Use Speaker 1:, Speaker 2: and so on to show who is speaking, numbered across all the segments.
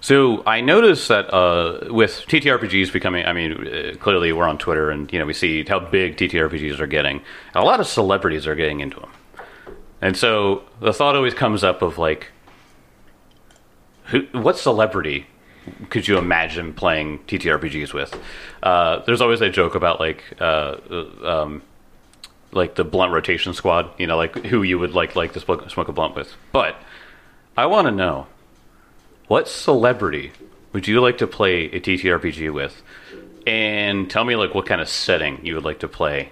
Speaker 1: So I noticed that uh, with TTRPGs becoming, I mean, uh, clearly we're on Twitter and you know we see how big TTRPGs are getting. And a lot of celebrities are getting into them, and so the thought always comes up of like, who, what celebrity could you imagine playing TTRPGs with? Uh, there's always that joke about like, uh, uh, um, like the blunt rotation squad. You know, like who you would like like to smoke, smoke a blunt with. But I want to know what celebrity would you like to play a TTRPG with, and tell me like what kind of setting you would like to play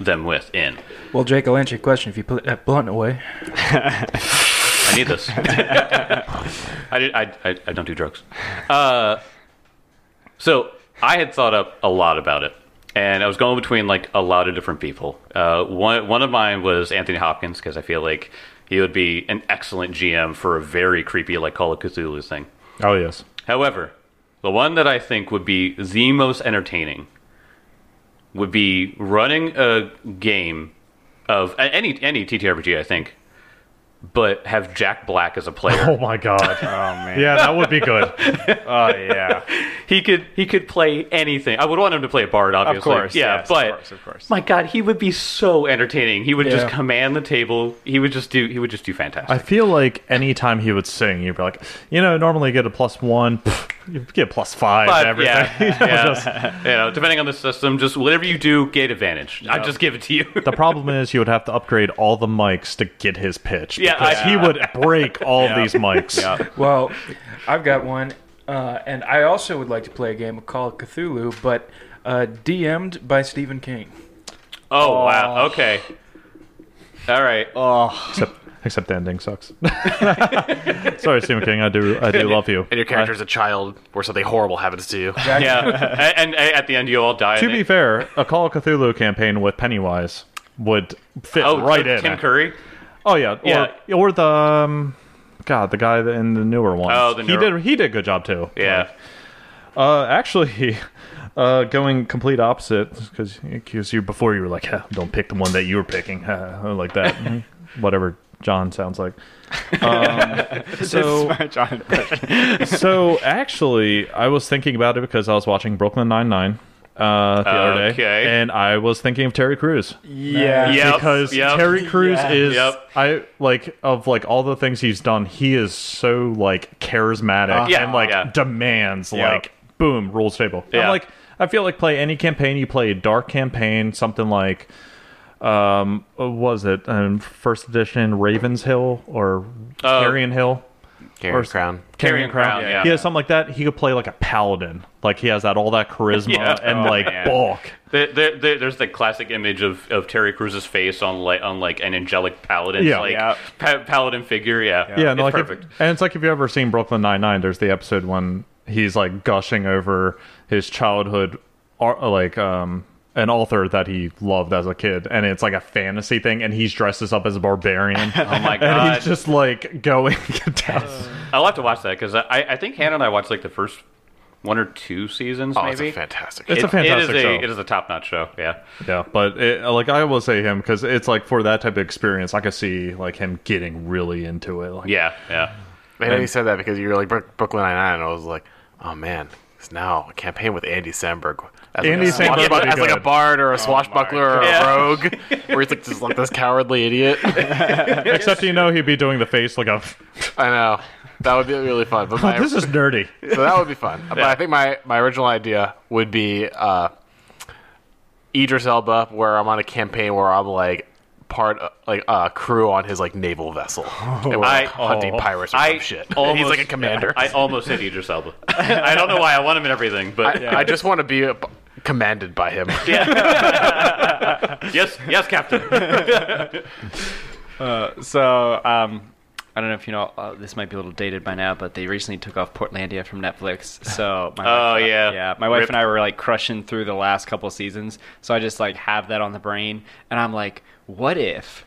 Speaker 1: them with in.
Speaker 2: Well, Jake, I'll answer your question if you put that blunt away.
Speaker 1: I need this. I, did, I, I, I don't do drugs. Uh, so I had thought up a lot about it, and I was going between like a lot of different people. Uh, one one of mine was Anthony Hopkins because I feel like he would be an excellent GM for a very creepy like Call of Cthulhu thing.
Speaker 3: Oh yes.
Speaker 1: However, the one that I think would be the most entertaining would be running a game of a- any any TTRPG, I think, but have Jack Black as a player.
Speaker 3: Oh my god.
Speaker 4: Oh man.
Speaker 3: yeah, that would be good.
Speaker 4: Oh yeah.
Speaker 1: He could he could play anything. I would want him to play a bard, obviously.
Speaker 4: course,
Speaker 1: yeah,
Speaker 4: yes, of
Speaker 1: but
Speaker 4: course, of course.
Speaker 1: my God, he would be so entertaining. He would just
Speaker 2: Yeah.
Speaker 1: command the table. He would just do he would just do fantastic.
Speaker 3: I feel like anytime he would sing, you'd be like, you know, normally you get a plus one, you get plus five,
Speaker 1: But,
Speaker 3: and everything.
Speaker 1: yeah,
Speaker 3: You know,
Speaker 1: yeah.
Speaker 3: just-
Speaker 1: you know, depending on the system, just whatever you do, get advantage. I just give it to you.
Speaker 3: the problem is you would have to upgrade all the mics to get his pitch.
Speaker 1: Yeah,
Speaker 3: because
Speaker 1: I-
Speaker 3: he would break all these mics.
Speaker 2: Well, I've got one, uh, and I also would like to play a game of Call of Cthulhu, but uh, DM'd by Stephen King.
Speaker 1: oh wow, okay, all right.
Speaker 3: Oh, Except, except the ending sucks. Sorry, Stephen King. I do, I do love you.
Speaker 5: And your character's a child, or something horrible happens to you.
Speaker 1: yeah, and, and at the end you all die.
Speaker 3: to
Speaker 1: and
Speaker 3: be
Speaker 1: it-
Speaker 3: fair, a Call of Cthulhu campaign with Pennywise would fit
Speaker 1: oh,
Speaker 3: right
Speaker 1: Tim,
Speaker 3: in.
Speaker 1: Tim Curry.
Speaker 3: Oh yeah, or,
Speaker 1: Yeah.
Speaker 3: or the um, God, the guy in the newer one.
Speaker 1: Oh, the
Speaker 3: he
Speaker 1: newer-
Speaker 3: did he did a good job too.
Speaker 1: Yeah,
Speaker 3: Uh, actually, uh, going complete opposite because you before you were like, "Huh, don't pick the one that you were picking, huh," or like that, whatever. John sounds like. Um, so
Speaker 4: John.
Speaker 3: so actually, I was thinking about it because I was watching Brooklyn Nine Nine. Uh, the other
Speaker 1: Okay.
Speaker 3: day, and I was thinking of Terry Crews
Speaker 4: Yeah.
Speaker 1: Yep,
Speaker 3: because
Speaker 1: yep.
Speaker 3: Terry Crews
Speaker 4: Yeah.
Speaker 3: is
Speaker 1: Yep.
Speaker 3: I like of like all the things he's done, he is so like charismatic
Speaker 1: Yeah,
Speaker 3: and like
Speaker 1: Uh-huh. yeah.
Speaker 3: demands
Speaker 4: Yep.
Speaker 3: like boom rules table.
Speaker 1: Yeah.
Speaker 3: I'm like I feel like play any campaign you play a dark campaign something like um what was it um first edition Ravens Hill or
Speaker 1: Oh.
Speaker 3: Carrion Hill
Speaker 5: Carrying crown.
Speaker 1: Carrion Crown, yeah.
Speaker 3: he has something like that he could play like a paladin like he has that all that charisma
Speaker 1: Yeah.
Speaker 3: and
Speaker 4: Oh,
Speaker 3: like
Speaker 4: man.
Speaker 3: bulk
Speaker 1: There, there, there, there's the classic image of, of Terry Cruz's face on like on like an angelic paladin,
Speaker 3: Yeah.
Speaker 1: like
Speaker 4: Yeah.
Speaker 1: pa- paladin figure. Yeah,
Speaker 3: Yeah, no,
Speaker 1: it's
Speaker 3: like if-
Speaker 1: perfect.
Speaker 3: and it's like if you've ever seen Brooklyn Nine Nine, there's the episode when he's like gushing over his childhood, ar- like um, an author that he loved as a kid, and it's like a fantasy thing, and he's dresses up as a barbarian.
Speaker 1: oh my
Speaker 3: And
Speaker 1: god,
Speaker 3: he's just like going down.
Speaker 1: I'll have to watch that because I, I think Hannah and I watched like the first one or two seasons.
Speaker 5: Oh, it's
Speaker 1: maybe
Speaker 5: a fantastic.
Speaker 3: It's a
Speaker 1: It-
Speaker 3: fantastic
Speaker 1: it is
Speaker 3: show.
Speaker 1: a, It is a top notch show. Yeah,
Speaker 3: yeah, but it, like I will say him because it's like for that type of experience, I could see like him getting really into it. Like,
Speaker 1: yeah, yeah.
Speaker 5: I know you said that because you were like Brook- Brooklyn Nine Nine, and I was like, oh man, it's now a campaign with Andy Samberg. As
Speaker 3: Andy
Speaker 5: like a
Speaker 3: Samberg would
Speaker 5: swashbuck-
Speaker 3: be
Speaker 5: as like a
Speaker 3: good. Oh
Speaker 5: bard or a swashbuckler or
Speaker 1: Yeah.
Speaker 5: a rogue, where he's like just like this cowardly idiot.
Speaker 3: except you know he'd be doing the face like a.
Speaker 5: I know that would be really fun. But my,
Speaker 3: Oh, This is nerdy.
Speaker 5: so that would be fun. But
Speaker 1: Yeah.
Speaker 5: I think my, my original idea would be uh, Idris Elba, where I'm on a campaign where I'm like part of, like a crew on his like naval vessel, and we're like,
Speaker 1: I-
Speaker 5: hunting
Speaker 3: oh.
Speaker 5: pirates or
Speaker 1: I
Speaker 5: some shit.
Speaker 1: Almost,
Speaker 5: He's like a commander.
Speaker 1: I almost said Idris Elba. I don't know why I want him in everything, but
Speaker 5: I just want to be uh, p- commanded by him.
Speaker 1: yes, yes, Captain.
Speaker 4: So, um, I don't know if you know. Uh, this might be a little dated by now, but they recently took off Portlandia from Netflix. So, my
Speaker 1: Oh,
Speaker 4: wife,
Speaker 1: yeah.
Speaker 4: yeah. My wife
Speaker 1: Rip.
Speaker 4: and I were like crushing through the last couple seasons. So I just like have that on the brain, and I'm like, what if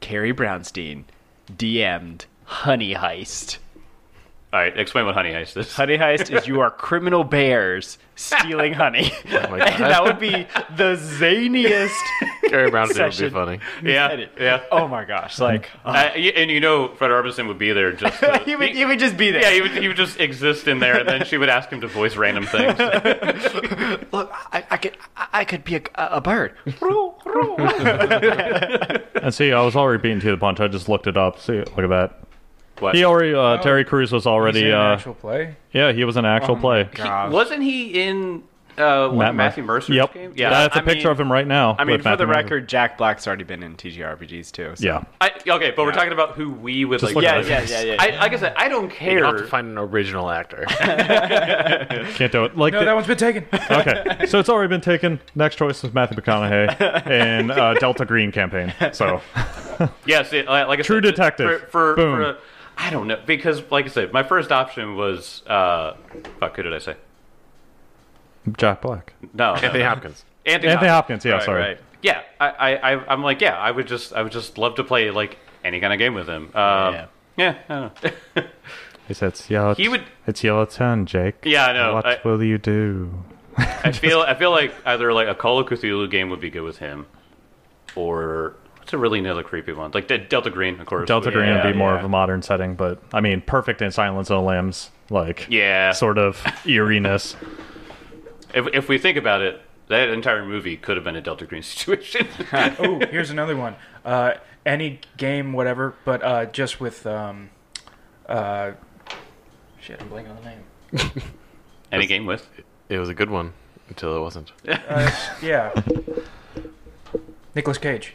Speaker 4: Carrie Brownstein DM'd Honey Heist?
Speaker 1: All right, explain what Honey Heist is.
Speaker 4: Honey heist is you are criminal bears stealing honey.
Speaker 1: Oh
Speaker 5: my God.
Speaker 4: and that would be the zaniest
Speaker 5: Gary Brown Jr. would be
Speaker 4: Session.
Speaker 5: funny.
Speaker 1: yeah,
Speaker 4: edit.
Speaker 1: yeah.
Speaker 4: Oh my gosh! Like
Speaker 1: Uh, y- and you know, Fred Arbison would be there just. To,
Speaker 4: he would, he would just be there.
Speaker 1: yeah, he would, he would just exist in there, and then she would ask him to voice random things.
Speaker 4: Look, I, I could I I could be a, a bird.
Speaker 3: And see, I was already beaten to the punch. I just looked it up. See, look at that.
Speaker 1: What?
Speaker 3: He already, uh, Terry Crews was
Speaker 2: Is
Speaker 3: already,
Speaker 2: it an
Speaker 3: uh,
Speaker 2: Oh. actual Oh play.
Speaker 3: yeah, he was an actual play.
Speaker 1: He- wasn't he in uh, one of
Speaker 3: Matt-
Speaker 1: Matthew Mercer's
Speaker 3: Yep.
Speaker 1: games?
Speaker 3: Yeah, that's a
Speaker 4: I
Speaker 3: picture
Speaker 4: mean-
Speaker 3: of him right now.
Speaker 4: I mean,
Speaker 3: with
Speaker 4: for
Speaker 3: Matthew
Speaker 4: the
Speaker 3: Mercer.
Speaker 4: record, Jack Black's already been in TGRPGs too. So.
Speaker 3: Yeah.
Speaker 1: I, okay, but we're talking about who we would like.
Speaker 3: look
Speaker 4: Yeah,
Speaker 3: at
Speaker 4: yeah, yeah, yeah.
Speaker 1: I, like I said, I don't
Speaker 5: You
Speaker 1: care.
Speaker 5: have to find an original actor.
Speaker 3: Can't do it. Like,
Speaker 2: No,
Speaker 3: the-
Speaker 2: that one's been taken.
Speaker 3: okay, so it's already been taken. Next choice was Matthew McConaughey in uh, Delta Green campaign. So
Speaker 1: Yes, it, like like I
Speaker 3: True
Speaker 1: said,
Speaker 3: Detective.
Speaker 1: For, for,
Speaker 3: Boom.
Speaker 1: for- I don't know because, like I said, my first option was uh, fuck. Who did I say?
Speaker 3: Jack Black,
Speaker 1: No,
Speaker 5: Anthony
Speaker 1: Anthony,
Speaker 5: Hopkins.
Speaker 3: Anthony Hopkins. Yeah,
Speaker 1: Right,
Speaker 3: sorry.
Speaker 4: right.
Speaker 1: Yeah, I, I, I, I'm like, yeah, I would just, I would just love to play like any kind of game with him. Um,
Speaker 4: Yeah.
Speaker 1: yeah, yeah, I don't know.
Speaker 3: He said, "It's yellow.
Speaker 1: He would-
Speaker 3: It's yellow town, Jake.
Speaker 1: Yeah, I know.
Speaker 3: What
Speaker 1: I-
Speaker 3: will you do?
Speaker 1: I feel, I feel like either like a Call of Cthulhu game would be good with him, or what's a really another creepy one like De- Delta Green, of course.
Speaker 3: Delta
Speaker 1: would-
Speaker 3: Green
Speaker 1: yeah,
Speaker 3: would be more
Speaker 1: yeah.
Speaker 3: of a modern setting, but I mean, perfect in Silence of the Lambs, like
Speaker 1: Yeah.
Speaker 3: sort of eeriness.
Speaker 1: If, if we think about it, that entire movie could have been a Delta Green situation.
Speaker 2: oh, here's another one. Uh, any game, whatever, but uh, just with um, uh, shit. I'm blanking on the name.
Speaker 1: any game with.
Speaker 5: It was a good one until it wasn't.
Speaker 2: Yeah. Nicholas Cage.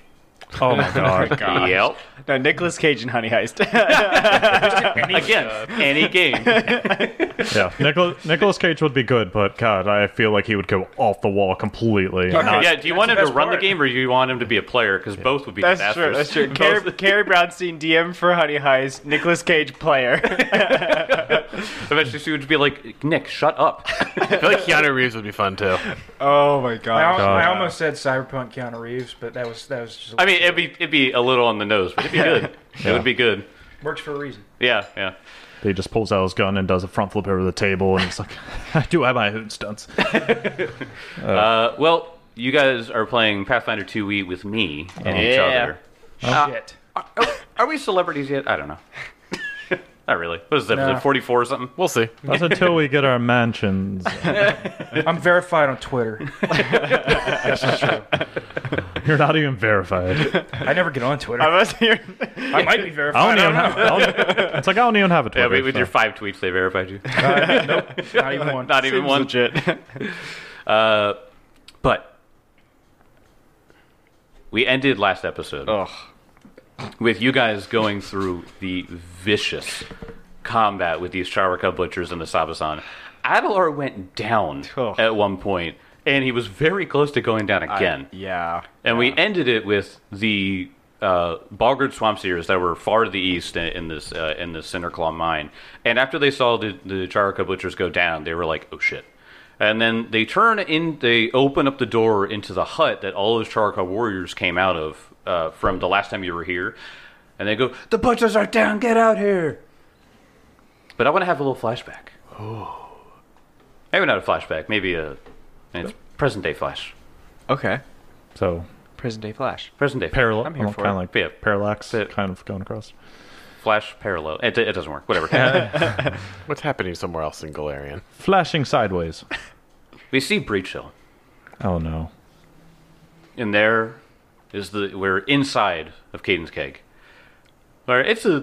Speaker 3: Oh my god!
Speaker 4: Gosh.
Speaker 1: Yep.
Speaker 4: No, Nicolas Cage and Honey Heist.
Speaker 1: Again, any game.
Speaker 3: yeah, Nicholas Nicholas Cage would be good, but God, I feel like he would go off the wall completely. Not-
Speaker 1: yeah, do you want him
Speaker 2: the
Speaker 1: to
Speaker 2: best
Speaker 1: run
Speaker 2: part.
Speaker 1: the game or do you want him to be a player? Because both would be
Speaker 4: that's
Speaker 1: disasters.
Speaker 4: true. That's true.
Speaker 1: Both-
Speaker 4: Carrie, Carrie Brownstein, DM for Honey Heist. Nicolas Cage player.
Speaker 1: Eventually, she would be like, Nick, shut up.
Speaker 5: I feel like Keanu Reeves would be fun too.
Speaker 4: oh my
Speaker 2: I,
Speaker 4: gosh.
Speaker 2: al- I almost said Cyberpunk Keanu Reeves, but that was that was just
Speaker 1: I mean, it'd be, it'd be a little on the nose, but it'd be good. It would be good.
Speaker 2: works for a reason.
Speaker 1: Yeah, yeah.
Speaker 3: He just pulls out his gun and does a front flip over the table, and it's like, I do have my own stunts.
Speaker 1: Uh, well, you guys are playing Pathfinder 2e with me and each
Speaker 4: Yeah.
Speaker 1: other.
Speaker 2: Shit.
Speaker 1: Are we celebrities yet? I don't know. Not really. What is that?
Speaker 2: Nah.
Speaker 1: Was it 44 or something?
Speaker 5: We'll see.
Speaker 3: That's until we get our mansions.
Speaker 2: I'm verified on Twitter.
Speaker 3: You're not even verified.
Speaker 2: I never get on Twitter.
Speaker 4: I was here.
Speaker 2: I might be
Speaker 3: I
Speaker 2: verified.
Speaker 3: don't even
Speaker 2: I
Speaker 3: have. I don't- it's like I don't even have a
Speaker 1: Yeah,
Speaker 3: Twitter.
Speaker 1: with with your
Speaker 3: so.
Speaker 1: five tweets, they verified you.
Speaker 2: don't know. Uh, nope, not even one.
Speaker 1: Not even one.
Speaker 4: legit.
Speaker 1: Uh, but we ended last episode
Speaker 4: Ugh.
Speaker 1: with you guys going through the vicious combat with these Charaka butchers and the Sabasan. Adelar went down
Speaker 4: Oh.
Speaker 1: at one point, and he was very close to going down again.
Speaker 4: Yeah.
Speaker 1: and we ended it with the uh, Bogard Swamp Seers that were far to the east in, in this uh, in the Cinderclaw mine. And after they saw the, the Charaka butchers go down, they were like, "Oh shit." And then they turn in, they open up the door into the hut that all those Charaka warriors came out of uh, from the last time you were here. And they go, The butchers are down, get out here. But I want to have a little flashback. Oh. Maybe not a flashback, maybe a it's present day flash.
Speaker 4: Okay.
Speaker 3: so
Speaker 4: Present day Flash.
Speaker 1: Present day.
Speaker 3: parallel.
Speaker 4: I'm here for
Speaker 3: kind
Speaker 4: it.
Speaker 3: of like
Speaker 1: Yeah.
Speaker 3: parallax,
Speaker 1: Yeah.
Speaker 3: kind of going across.
Speaker 1: Flash parallel. It, it doesn't work. Whatever.
Speaker 5: What's happening somewhere else in Galarian?
Speaker 3: Flashing sideways.
Speaker 1: we see Breach Hill,
Speaker 3: Oh no.
Speaker 1: and there is the we're inside of Caden's Keg. Where it's a uh,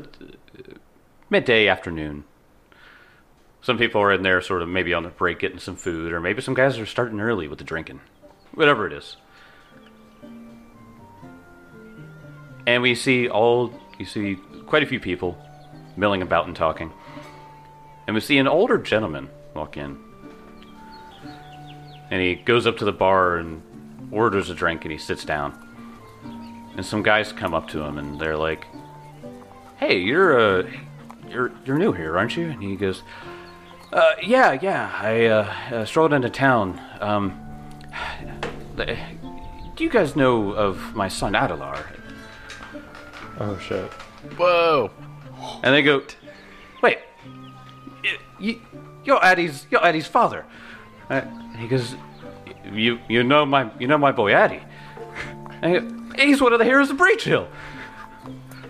Speaker 1: midday afternoon. Some people are in there, sort of maybe on their break, getting some food, or maybe some guys are starting early with the drinking. Whatever it is. And we see all you see quite a few people milling about and talking. And we see an older gentleman walk in. and he goes up to the bar and orders a drink and he sits down and some guys come up to him and they're like hey you're uh you're you're new here aren't you and he goes uh yeah yeah i uh, uh strolled into town um th- do you guys know of my son adelar
Speaker 3: Oh shit.
Speaker 5: Whoa!
Speaker 1: and they go wait you, you're Addie's, you're Addie's father. Uh, and he goes, you, you know my, you know my boy Addie. And he- he's one of the heroes of Breach Hill. And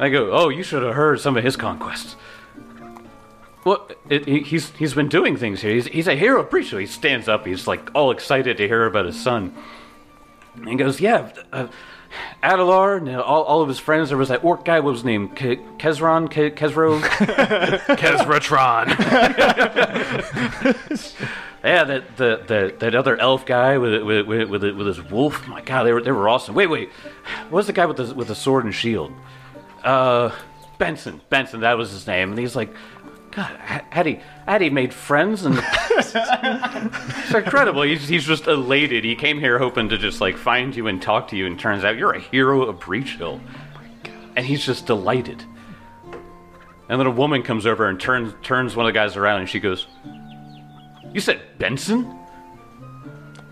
Speaker 1: I go, oh, you should have heard some of his conquests. Well, it, he, he's he's been doing things here. He's, he's a hero of Breach Hill. He stands up. He's like all excited to hear about his son. And he goes, yeah, uh, Adalar and uh, all, all of his friends. There was that orc guy. What was his name? Ke- Kezron? Ke- Kezro?
Speaker 5: Kesratron.
Speaker 1: Yeah, that the, the that other elf guy with with with, with, with his wolf. My God, they were they were awesome. Wait, wait, what was the guy with the with the sword and shield? Uh, Benson, Benson, that was his name. And he's like, God, Ha- Addie, Addie made friends, and it's incredible. He's, he's just elated. He came here hoping to just like find you and talk to you, and turns out you're a hero of Breach Hill, and he's just delighted. And then a woman comes over and turns turns one of the guys around, and she goes, you said Benson?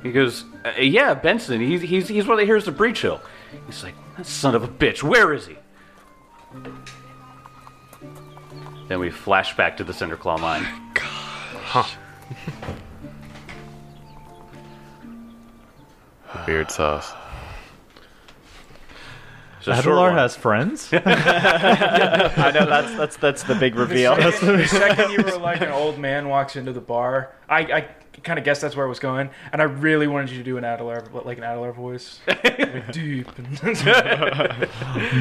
Speaker 1: He goes, uh, Yeah, Benson. He's, he's, he's one of the heroes of Breach Hill. He's like, That son of a bitch, where is he? Then we flash back to the Cinderclaw mine.
Speaker 5: Beard sauce.
Speaker 1: It's a short
Speaker 3: Adelar
Speaker 1: one.
Speaker 3: has friends.
Speaker 6: I know that's that's that's the big reveal.
Speaker 2: The second, the second you were like an old man walks into the bar, I, I kind of guessed that's where I was going, and I really wanted you to do an Adler, like an Adler voice, like deep.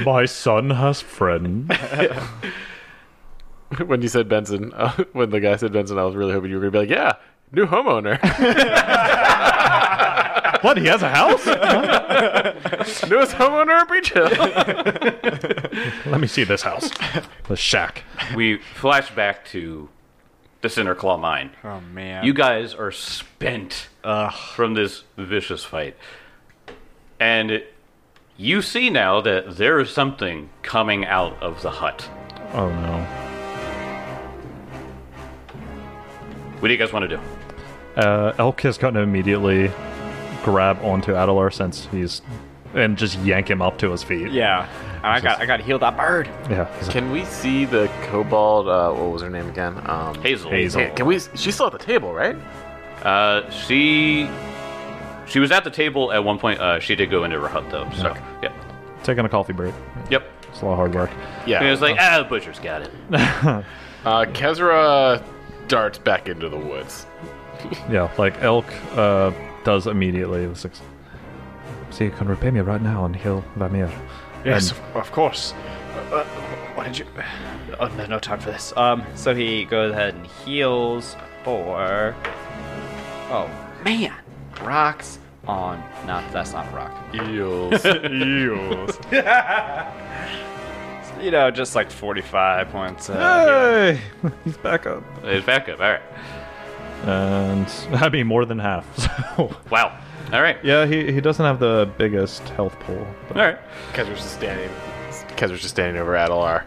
Speaker 3: My son has friends.
Speaker 5: when you said Benson, uh, when the guy said Benson, I was really hoping you were going to be like, yeah, new homeowner,
Speaker 3: what? He has a house?
Speaker 5: newest homeowner of Breach Hill.
Speaker 3: Let me see this house. The shack.
Speaker 1: we flash back to the Cinderclaw mine.
Speaker 4: Oh man.
Speaker 1: You guys are spent from this vicious fight. And you see now that there is something coming out of the hut.
Speaker 3: Oh no.
Speaker 1: What do you guys want to do?
Speaker 3: Uh, Elk is going to immediately grab onto Adelar since he's and just yank him up to his feet.
Speaker 6: yeah,
Speaker 4: I got I got healed that bird.
Speaker 3: Yeah. he's like,
Speaker 5: Can we see the kobold? Uh, what was her name again? Um,
Speaker 1: Hazel.
Speaker 3: Hazel.
Speaker 5: Hey, Can we? She's still at the table, right?
Speaker 1: Uh, she she was at the table at one point. Uh, she did go into her hut though. So yeah,
Speaker 3: Taking a coffee break.
Speaker 1: yep.
Speaker 3: It's a lot of hard work.
Speaker 1: And it was like ah, the butcher's got it.
Speaker 5: uh, Kezra darts back into the woods.
Speaker 3: Yeah, like Elk uh, does immediately. The six. So you can repay me right now on Hill Vamir.
Speaker 6: Yes,
Speaker 3: And-
Speaker 6: of, of course. Uh, uh, why did you? Oh, no, no time for this. Um, so he goes ahead and heals for. Oh man, rocks on. Not that's not a rock.
Speaker 5: Eels. Eels.
Speaker 6: You know, just like forty-five points. Uh,
Speaker 3: Hey, he's back up.
Speaker 1: It's back up. All right.
Speaker 3: And I mean more than half. So
Speaker 1: Wow. All right.
Speaker 3: yeah, he, he doesn't have the biggest health pool. But
Speaker 1: All right.
Speaker 5: Kezra's just standing. Kezra's just standing over Adelar,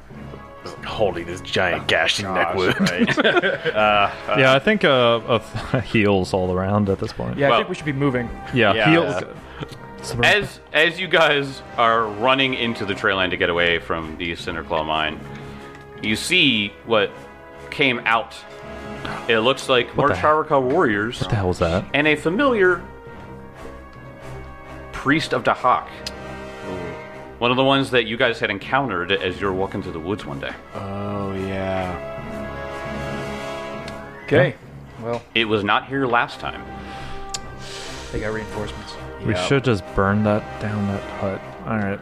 Speaker 5: just holding this giant gash in neck wound.
Speaker 3: yeah, I think uh, uh, heals all around at this point.
Speaker 2: Yeah, I
Speaker 1: Well-
Speaker 2: think we should be moving.
Speaker 3: yeah,
Speaker 6: Yeah.
Speaker 3: heals.
Speaker 1: As as you guys are running into the trail line to get away from the Cinderclaw mine, you see what came out. It looks like more
Speaker 3: the hell?
Speaker 1: Charaka warriors
Speaker 3: the hell's that?
Speaker 1: and a familiar priest of Dahak. One of the ones that you guys had encountered as you were walking through the woods one day.
Speaker 4: Oh yeah.
Speaker 2: Okay, well,
Speaker 1: It was not here last time.
Speaker 2: they got reinforcements.
Speaker 3: We
Speaker 4: Yeah.
Speaker 3: should just burn that down that hut. All right.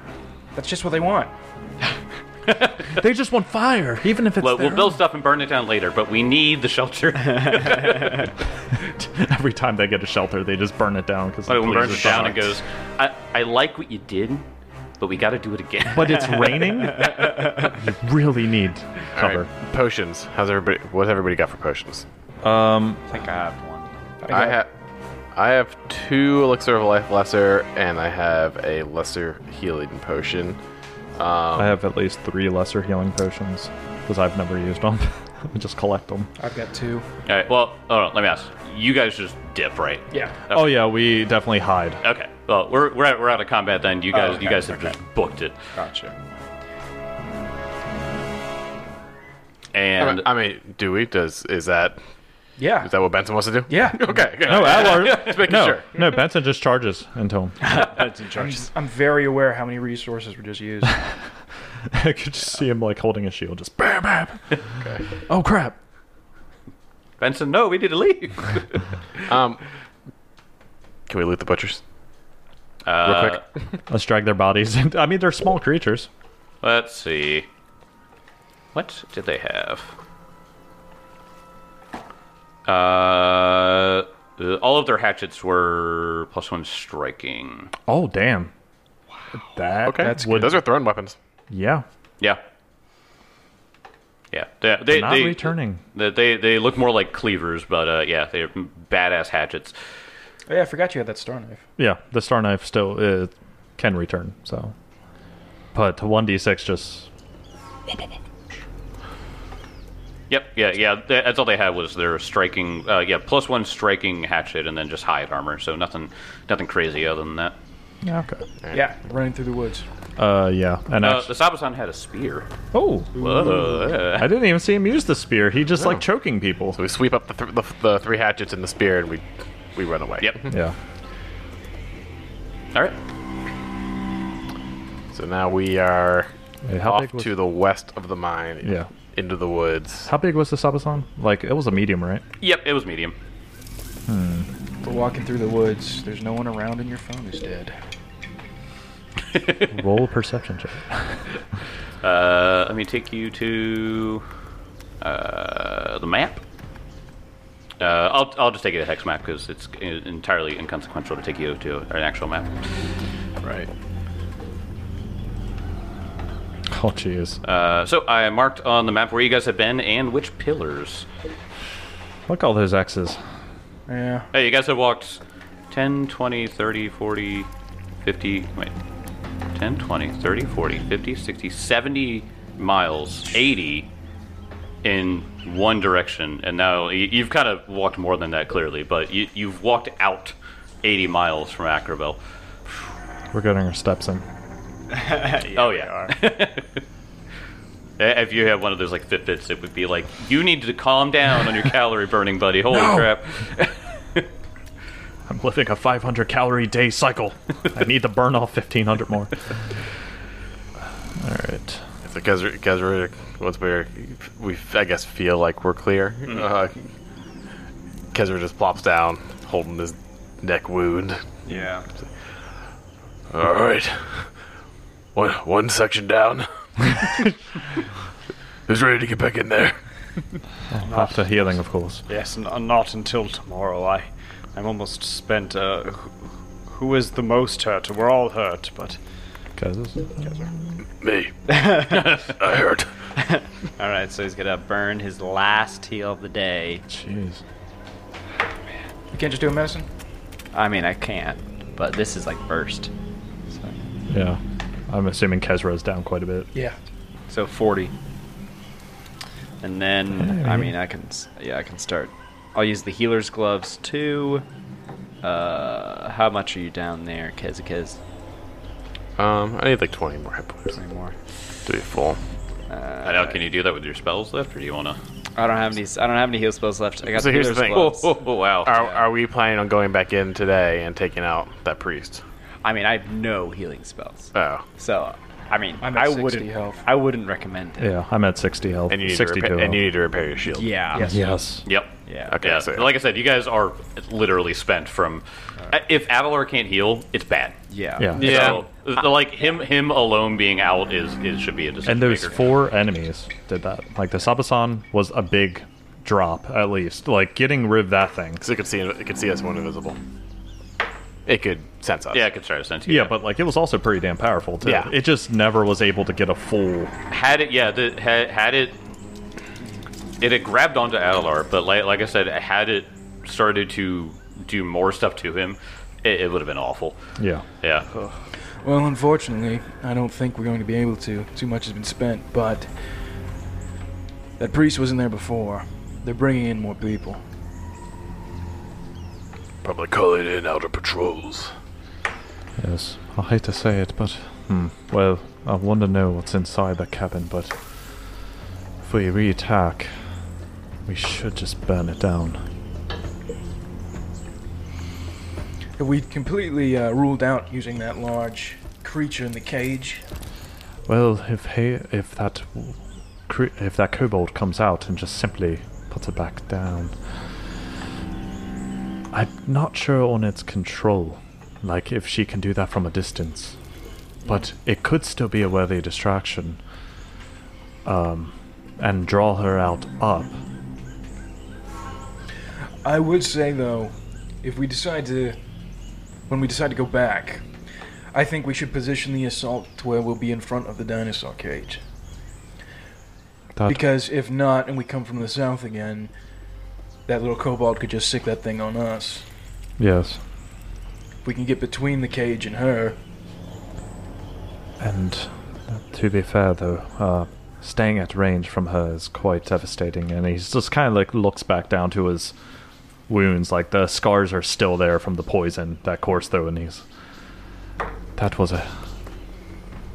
Speaker 2: That's just what they want.
Speaker 3: they just want fire, even if it's
Speaker 1: Well, we'll build stuff and burn it down later, but we need the shelter.
Speaker 3: Every time they get a shelter, they just burn it down because
Speaker 1: But Oh, it burns it down and goes, I, I like what you did, but we got to do it again.
Speaker 3: But it's raining. you really need
Speaker 5: All right,
Speaker 3: cover.
Speaker 5: Potions. How's everybody? What's everybody got for potions?
Speaker 3: Um,
Speaker 6: I think I have one.
Speaker 5: I have, I have two elixir of life lesser, and I have a lesser healing potion.
Speaker 3: I have at least three lesser healing potions because I've never used them. I just collect them.
Speaker 2: I've got two.
Speaker 1: All right, well, hold on, let me ask. You guys just dip, right?
Speaker 2: Yeah.
Speaker 3: Oh yeah, we definitely hide.
Speaker 1: Okay. Well, we're, we're, out, we're out of combat then. You guys, you
Speaker 6: okay,
Speaker 1: guys have just booked it.
Speaker 6: Gotcha.
Speaker 5: I
Speaker 1: and
Speaker 5: mean, I mean, do we? Does is that
Speaker 2: Yeah.
Speaker 5: is that what Benson wants to do?
Speaker 2: yeah.
Speaker 5: Okay. good.
Speaker 3: No, Adler.
Speaker 5: making
Speaker 3: Oh, no,
Speaker 5: sure.
Speaker 3: no, Benson just charges until
Speaker 2: I'm very aware how many resources were just used. Oh,
Speaker 3: I could just see him like holding a shield, just bam, bam. Oh crap!
Speaker 1: Benson, no, we need to leave.
Speaker 5: Um, can we loot the butchers?
Speaker 1: Uh,
Speaker 5: Real quick.
Speaker 3: Let's drag their bodies. in- I mean, they're small creatures.
Speaker 1: Let's see. What did they have? Uh, uh, all of their hatchets were plus one striking.
Speaker 3: Oh damn! That
Speaker 5: Okay.
Speaker 3: that's
Speaker 5: Those are thrown weapons.
Speaker 3: yeah.
Speaker 1: Yeah. Yeah, they they,
Speaker 3: Not
Speaker 1: they,
Speaker 3: returning.
Speaker 1: They, they they look more like cleavers, but uh, yeah, they're badass hatchets.
Speaker 2: Oh, yeah, I forgot you had that star knife.
Speaker 3: Yeah, the star knife still uh, can return. So, but one d six just
Speaker 1: Yep, yeah, yeah. tha- That's all they had was their striking. Uh, yeah, plus one striking hatchet, and then just hide armor. So nothing, nothing crazy other than that.
Speaker 3: yeah okay.
Speaker 2: Yeah, running through the woods.
Speaker 3: Uh yeah, and
Speaker 1: Uh,
Speaker 3: act-
Speaker 1: the Sabasan had a spear.
Speaker 3: oh,
Speaker 1: Whoa, yeah.
Speaker 3: I didn't even see him use the spear. He just like choking people.
Speaker 5: Oh. So we sweep up the, th- the, the three hatchets and the spear, and we we run away.
Speaker 1: Yep.
Speaker 3: Yeah.
Speaker 1: All right.
Speaker 5: So now we are
Speaker 3: Wait, how
Speaker 5: off
Speaker 3: big was-
Speaker 5: to the west of the mine.
Speaker 3: Yeah.
Speaker 5: Into the woods.
Speaker 3: How big was the Sabasan? Like it was a medium, right?
Speaker 1: Yep, it was medium.
Speaker 2: We're walking through the woods. There's no one around, and your phone is dead.
Speaker 3: Roll perception check.
Speaker 1: Uh, let me take you to uh, the map. Uh, I'll, I'll just take you to hex map because it's en- entirely inconsequential to take you to an actual map.
Speaker 5: Right.
Speaker 3: Oh jeez.
Speaker 1: Uh, so I marked on the map where you guys have been and which pillars.
Speaker 3: Look at all those X's.
Speaker 2: Yeah.
Speaker 1: Hey, you guys have walked 10, 20, 30, 40, 50, wait. 10, 20, 30, 40, 50, 60, 70 miles, 80 in one direction. And now y- you've kind of walked more than that clearly, but you, you've walked out 80 miles from Acrobel.
Speaker 3: We're getting our steps in.
Speaker 1: oh, yeah. if you had one of those like Fitbits, it would be like, you need to calm down on your calorie burning, buddy. Holy
Speaker 3: No.
Speaker 1: crap.
Speaker 3: I'm living a 500 calorie day cycle. I need to burn off 1500 more. All right.
Speaker 5: So Kesri- Kesri- once we're we I guess feel like we're clear.
Speaker 1: Mm-hmm.
Speaker 5: Uh, Kesra just plops down, holding his neck wound.
Speaker 6: Yeah.
Speaker 5: All right, one one section down. Who's ready to get back in there?
Speaker 3: After healing, of course.
Speaker 6: Yes, n- uh, not until tomorrow. I, I'm almost spent. Uh, who, who is the most hurt? We're all hurt, but
Speaker 3: Because
Speaker 5: Me. I heard.
Speaker 6: all right. So he's gonna burn his last heal of the day.
Speaker 3: jeez,
Speaker 2: You can't just do a medicine?
Speaker 6: I mean, I can't, but this is like first. So,
Speaker 3: yeah. I'm assuming Kezra's down quite a bit.
Speaker 2: Yeah.
Speaker 6: so forty. And then I mean, I can. s- Yeah, I can start. I'll use the healer's gloves too. Uh, how much are you down there, Kezikez?
Speaker 5: Um, I need like twenty more hit points
Speaker 6: Any more? Uh,
Speaker 5: to be full.
Speaker 1: I know, can you do that with your spells left, or do you want to?
Speaker 6: I don't have any. s- I don't have any heal spells left. I got
Speaker 5: So
Speaker 6: the
Speaker 5: here's the
Speaker 6: healer's
Speaker 5: thing.
Speaker 1: Oh,
Speaker 6: gloves.
Speaker 1: oh, oh, wow.
Speaker 5: Are are we planning on going back in today and taking out that priest?
Speaker 6: I mean, I have no healing spells.
Speaker 5: Oh,
Speaker 6: So, I mean,
Speaker 2: I'm at
Speaker 6: I
Speaker 2: 60
Speaker 6: wouldn't.
Speaker 2: health.
Speaker 6: I wouldn't recommend it.
Speaker 3: Yeah, I'm at 60 health.
Speaker 5: and you need
Speaker 3: 62
Speaker 5: to repa- and
Speaker 3: health.
Speaker 5: you need to repair your shield.
Speaker 6: Yeah.
Speaker 3: yes.
Speaker 1: Yep.
Speaker 6: Yeah.
Speaker 5: Okay.
Speaker 1: Yeah,
Speaker 5: so-
Speaker 1: like I said, you guys are literally spent from. If Avalar can't heal, it's bad.
Speaker 6: Yeah.
Speaker 3: Yeah.
Speaker 5: Yeah.
Speaker 1: So, like him, him alone being out is, is should be a decision
Speaker 3: And those
Speaker 1: maker.
Speaker 3: four enemies did that. Like the Sabasan was a big drop, at least. Like getting rid of that thing.
Speaker 5: So it could see it could see us when invisible. It could sense us.
Speaker 1: Yeah, I could try to sense you.
Speaker 3: Yeah, but like it was also pretty damn powerful too.
Speaker 5: Yeah.
Speaker 3: It just never was able to get a full
Speaker 1: had it, yeah, the, had, had it, it had grabbed onto Avalar, but like, like I said, had it started to do more stuff to him, it, it would have been awful.
Speaker 3: Yeah.
Speaker 1: Yeah.
Speaker 2: Well, unfortunately, I don't think we're going to be able to. Too much has been spent, but that priest wasn't there before. They're bringing in more people.
Speaker 5: Probably calling in outer patrols.
Speaker 3: Yes. I hate to say it, but hmm. Well, I want to know what's inside the cabin, but if we re-attack, we should just burn it down.
Speaker 2: We completely uh, ruled out using that large creature in the cage.
Speaker 3: Well, if he, if that, cre- if that kobold comes out and just simply puts it back down, I'm not sure on its control, like if she can do that from a distance, but it could still be a worthy distraction. Um, and draw her out up.
Speaker 2: I would say though, if we decide to, when we decide to go back, I think we should position the assault to where we'll be in front of the dinosaur cage.
Speaker 3: That
Speaker 2: Because if not, and we come from the south again, that little kobold could just sick that thing on us.
Speaker 3: yes,
Speaker 2: If we can get between the cage and her,
Speaker 3: and uh, to be fair though, uh, staying at range from her is quite devastating. And he's just kind of like looks back down to his wounds, like the scars are still there from the poison that coursed through, and he's that was a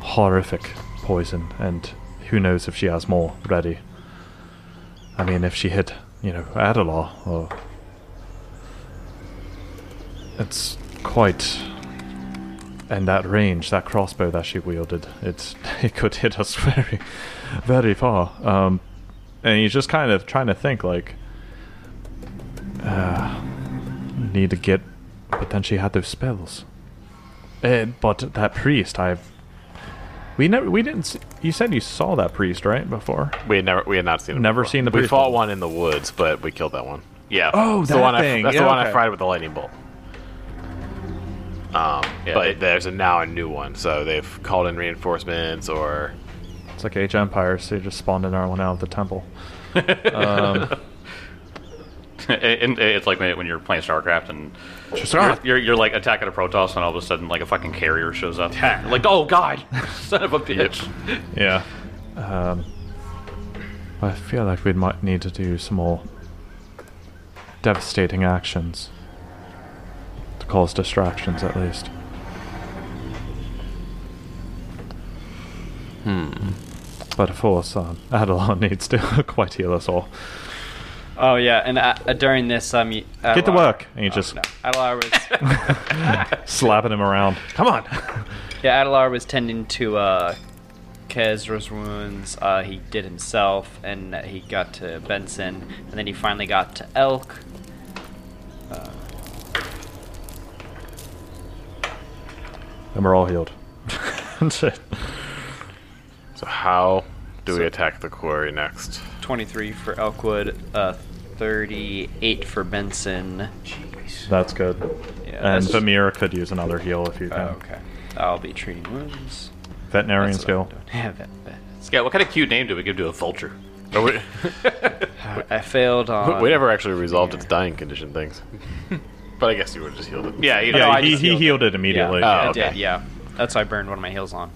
Speaker 3: horrific poison, and who knows if she has more ready. I mean, if she hit, you know, Adelar, or it's quite and that range, that crossbow that she wielded, it's it could hit us very, very far. Um, and he's just kind of trying to think like, uh, need to get, but then she had those spells. Eh, but that priest, I've. We never, we didn't. See, you said you saw that priest right before.
Speaker 5: We had never, we had not seen it.
Speaker 3: Never
Speaker 5: before.
Speaker 3: seen the
Speaker 5: We
Speaker 3: priest
Speaker 5: fought
Speaker 3: one.
Speaker 5: one in the woods, but we killed that one. Yeah.
Speaker 3: Oh,
Speaker 5: It's
Speaker 3: that
Speaker 5: the one
Speaker 3: thing.
Speaker 5: I, that's
Speaker 3: Yeah,
Speaker 5: the one
Speaker 3: okay.
Speaker 5: I fried with the lightning bolt. Um, but there's a, now a new one, so they've called in reinforcements or
Speaker 3: It's like Age Empire, so you just spawned another one out of the temple.
Speaker 1: and it's like when you're playing StarCraft and you're,
Speaker 3: Ah.
Speaker 1: you're, you're like attacking a Protoss and all of a sudden like a fucking carrier shows up. like, oh god, son of a bitch.
Speaker 3: Yeah. Um, I feel like we might need to do some more devastating actions to cause distractions, at least. Hmm. But of course, um, Adelon needs to quite heal us all.
Speaker 4: Oh yeah, and uh, uh, during this, um, you- uh,
Speaker 3: Get to
Speaker 4: well,
Speaker 3: work,
Speaker 6: oh,
Speaker 3: and you just
Speaker 4: No, Adelar was
Speaker 3: slapping him around. Come on.
Speaker 4: yeah, Adelar was tending to uh, Kezra's wounds. Uh, he did himself, and he got to Benson, and then he finally got to Elk. Uh,
Speaker 3: and we're all healed. That's it.
Speaker 5: So how do we attack the quarry next?
Speaker 4: 23 for Elkwood, uh, 38 for Benson. Uh,
Speaker 3: That's good.
Speaker 4: Yeah,
Speaker 3: and
Speaker 4: that's just-
Speaker 3: Vamira could use another heal if you
Speaker 4: Oh,
Speaker 3: can.
Speaker 4: okay. I'll be treating wounds.
Speaker 3: Veterinarian
Speaker 4: That's
Speaker 3: skill.
Speaker 4: what I'm doing. Yeah, vet- vet.
Speaker 1: Yeah, what kind of cute name do we give to a vulture?
Speaker 5: Oh, we,
Speaker 4: I failed on.
Speaker 5: we never actually resolved its dying condition things. but I guess you would have just healed it.
Speaker 1: Yeah, you know,
Speaker 3: Yeah,
Speaker 4: I
Speaker 3: he,
Speaker 4: just
Speaker 3: he
Speaker 4: healed
Speaker 3: healed it
Speaker 4: Yeah,
Speaker 3: immediately.
Speaker 4: I
Speaker 5: Oh, okay.
Speaker 4: did. Yeah, that's why I burned one of my heals on.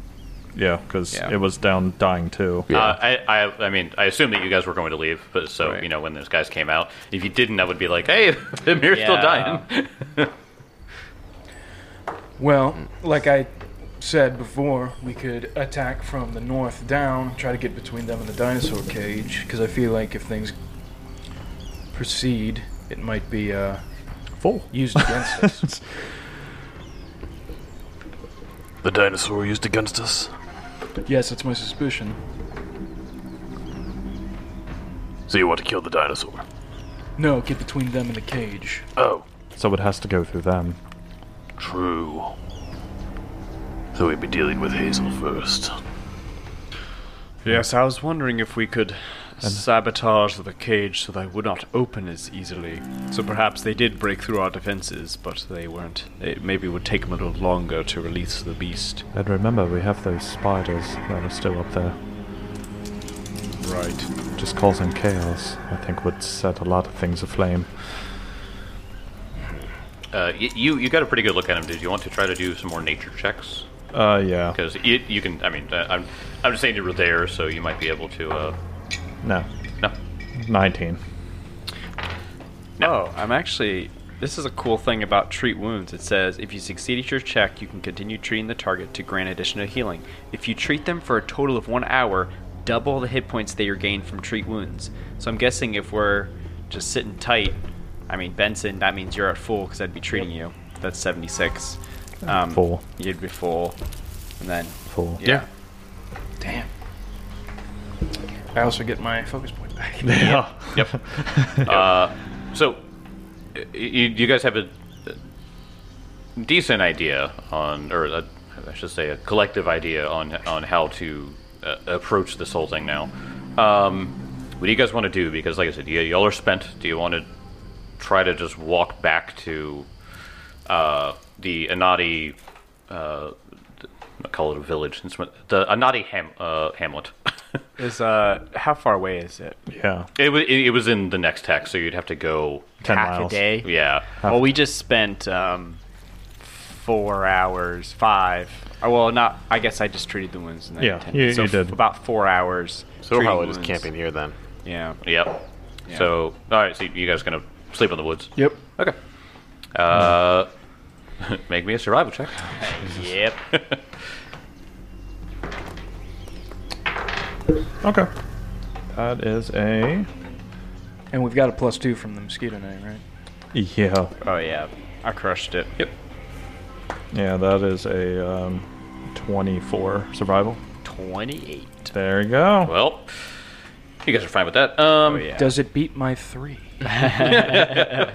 Speaker 3: Yeah, because
Speaker 4: Yeah.
Speaker 3: it was down dying too.
Speaker 5: Yeah.
Speaker 1: Uh, I, I, I mean, I assume that you guys were going to leave, but so
Speaker 4: Right.
Speaker 1: you know, when those guys came out, if you didn't, I would be like, "Hey, Amir's still
Speaker 4: Yeah.
Speaker 1: dying."
Speaker 2: well, like I said before, we could attack from the north down, try to get between them and the dinosaur cage, because I feel like if things proceed, it might be uh,
Speaker 3: Full.
Speaker 2: used against us.
Speaker 5: The dinosaur used against us.
Speaker 2: Yes, that's my suspicion.
Speaker 5: So you want to kill the dinosaur?
Speaker 2: No, get between them and the cage.
Speaker 5: Oh,
Speaker 3: So it has to go through them.
Speaker 5: true. So we'd be dealing with Hazel first.
Speaker 6: Yes, I was wondering if we could sabotage the cage so they would not open as easily. So perhaps they did break through our defenses, but they weren't. It maybe would take them a little longer to release the beast.
Speaker 3: And remember, we have those spiders that are still up there.
Speaker 6: Right.
Speaker 3: Just causing chaos, I think, would set a lot of things aflame.
Speaker 1: Uh, y- you you got a pretty good look at him. Did you want to try to do some more nature checks?
Speaker 3: Uh, yeah.
Speaker 1: Because you can. I mean, uh, I'm I'm just saying you were there, so you might be able to. Uh,
Speaker 3: No.
Speaker 1: no,
Speaker 3: 19.
Speaker 4: Oh, I'm actually. This is a cool thing about treat wounds. It says if you succeed at your check, you can continue treating the target to grant additional healing. If you treat them for a total of one hour, double the hit points that you're gained from treat wounds. So I'm guessing if we're just sitting tight, I mean Benson, that means you're at full because I'd be treating you. That's 76. Um,
Speaker 3: Full.
Speaker 4: You'd be full, and then
Speaker 3: Full.
Speaker 4: yeah.
Speaker 2: Damn. I also get my focus point back.
Speaker 3: Yeah.
Speaker 1: Yep. uh, so, y- y- you guys have a a decent idea on, or a, I should say, a collective idea on on how to uh, approach this whole thing now. Um, what do you guys want to do? Because, like I said, y- y'all are spent. Do you want to try to just walk back to uh, the Anati? Uh, I call it a village. It's what- the Anati ham, uh, hamlet.
Speaker 6: Is uh, how far away is it?
Speaker 3: Yeah.
Speaker 1: it, wa it was in the next text, so you'd have to go
Speaker 3: Ten
Speaker 6: Half
Speaker 3: miles.
Speaker 6: a day.
Speaker 1: Yeah.
Speaker 6: Well, we just spent um, four hours, five. oh, Well, not. I guess I just treated the wounds. And then
Speaker 3: Yeah,
Speaker 6: ten-
Speaker 3: you-
Speaker 6: so
Speaker 3: you did.
Speaker 6: f- about four hours.
Speaker 5: So we're
Speaker 6: treating
Speaker 5: probably just
Speaker 6: wounds.
Speaker 5: camping here then.
Speaker 6: Yeah.
Speaker 1: Yep. So, all right. So you guys gonna sleep in the woods?
Speaker 2: Yep.
Speaker 1: Okay. Uh, make me a survival check.
Speaker 4: Yep.
Speaker 3: Okay. That is a.
Speaker 2: And we've got a plus two from the mosquito name, right?
Speaker 3: Yeah.
Speaker 4: oh yeah. I crushed it.
Speaker 1: Yep.
Speaker 3: Yeah, that is a um, 24 survival.
Speaker 4: 28.
Speaker 3: There you go.
Speaker 1: Well, you guys are fine with that. Um,
Speaker 4: Oh, yeah.
Speaker 2: Does it beat my three?
Speaker 5: no,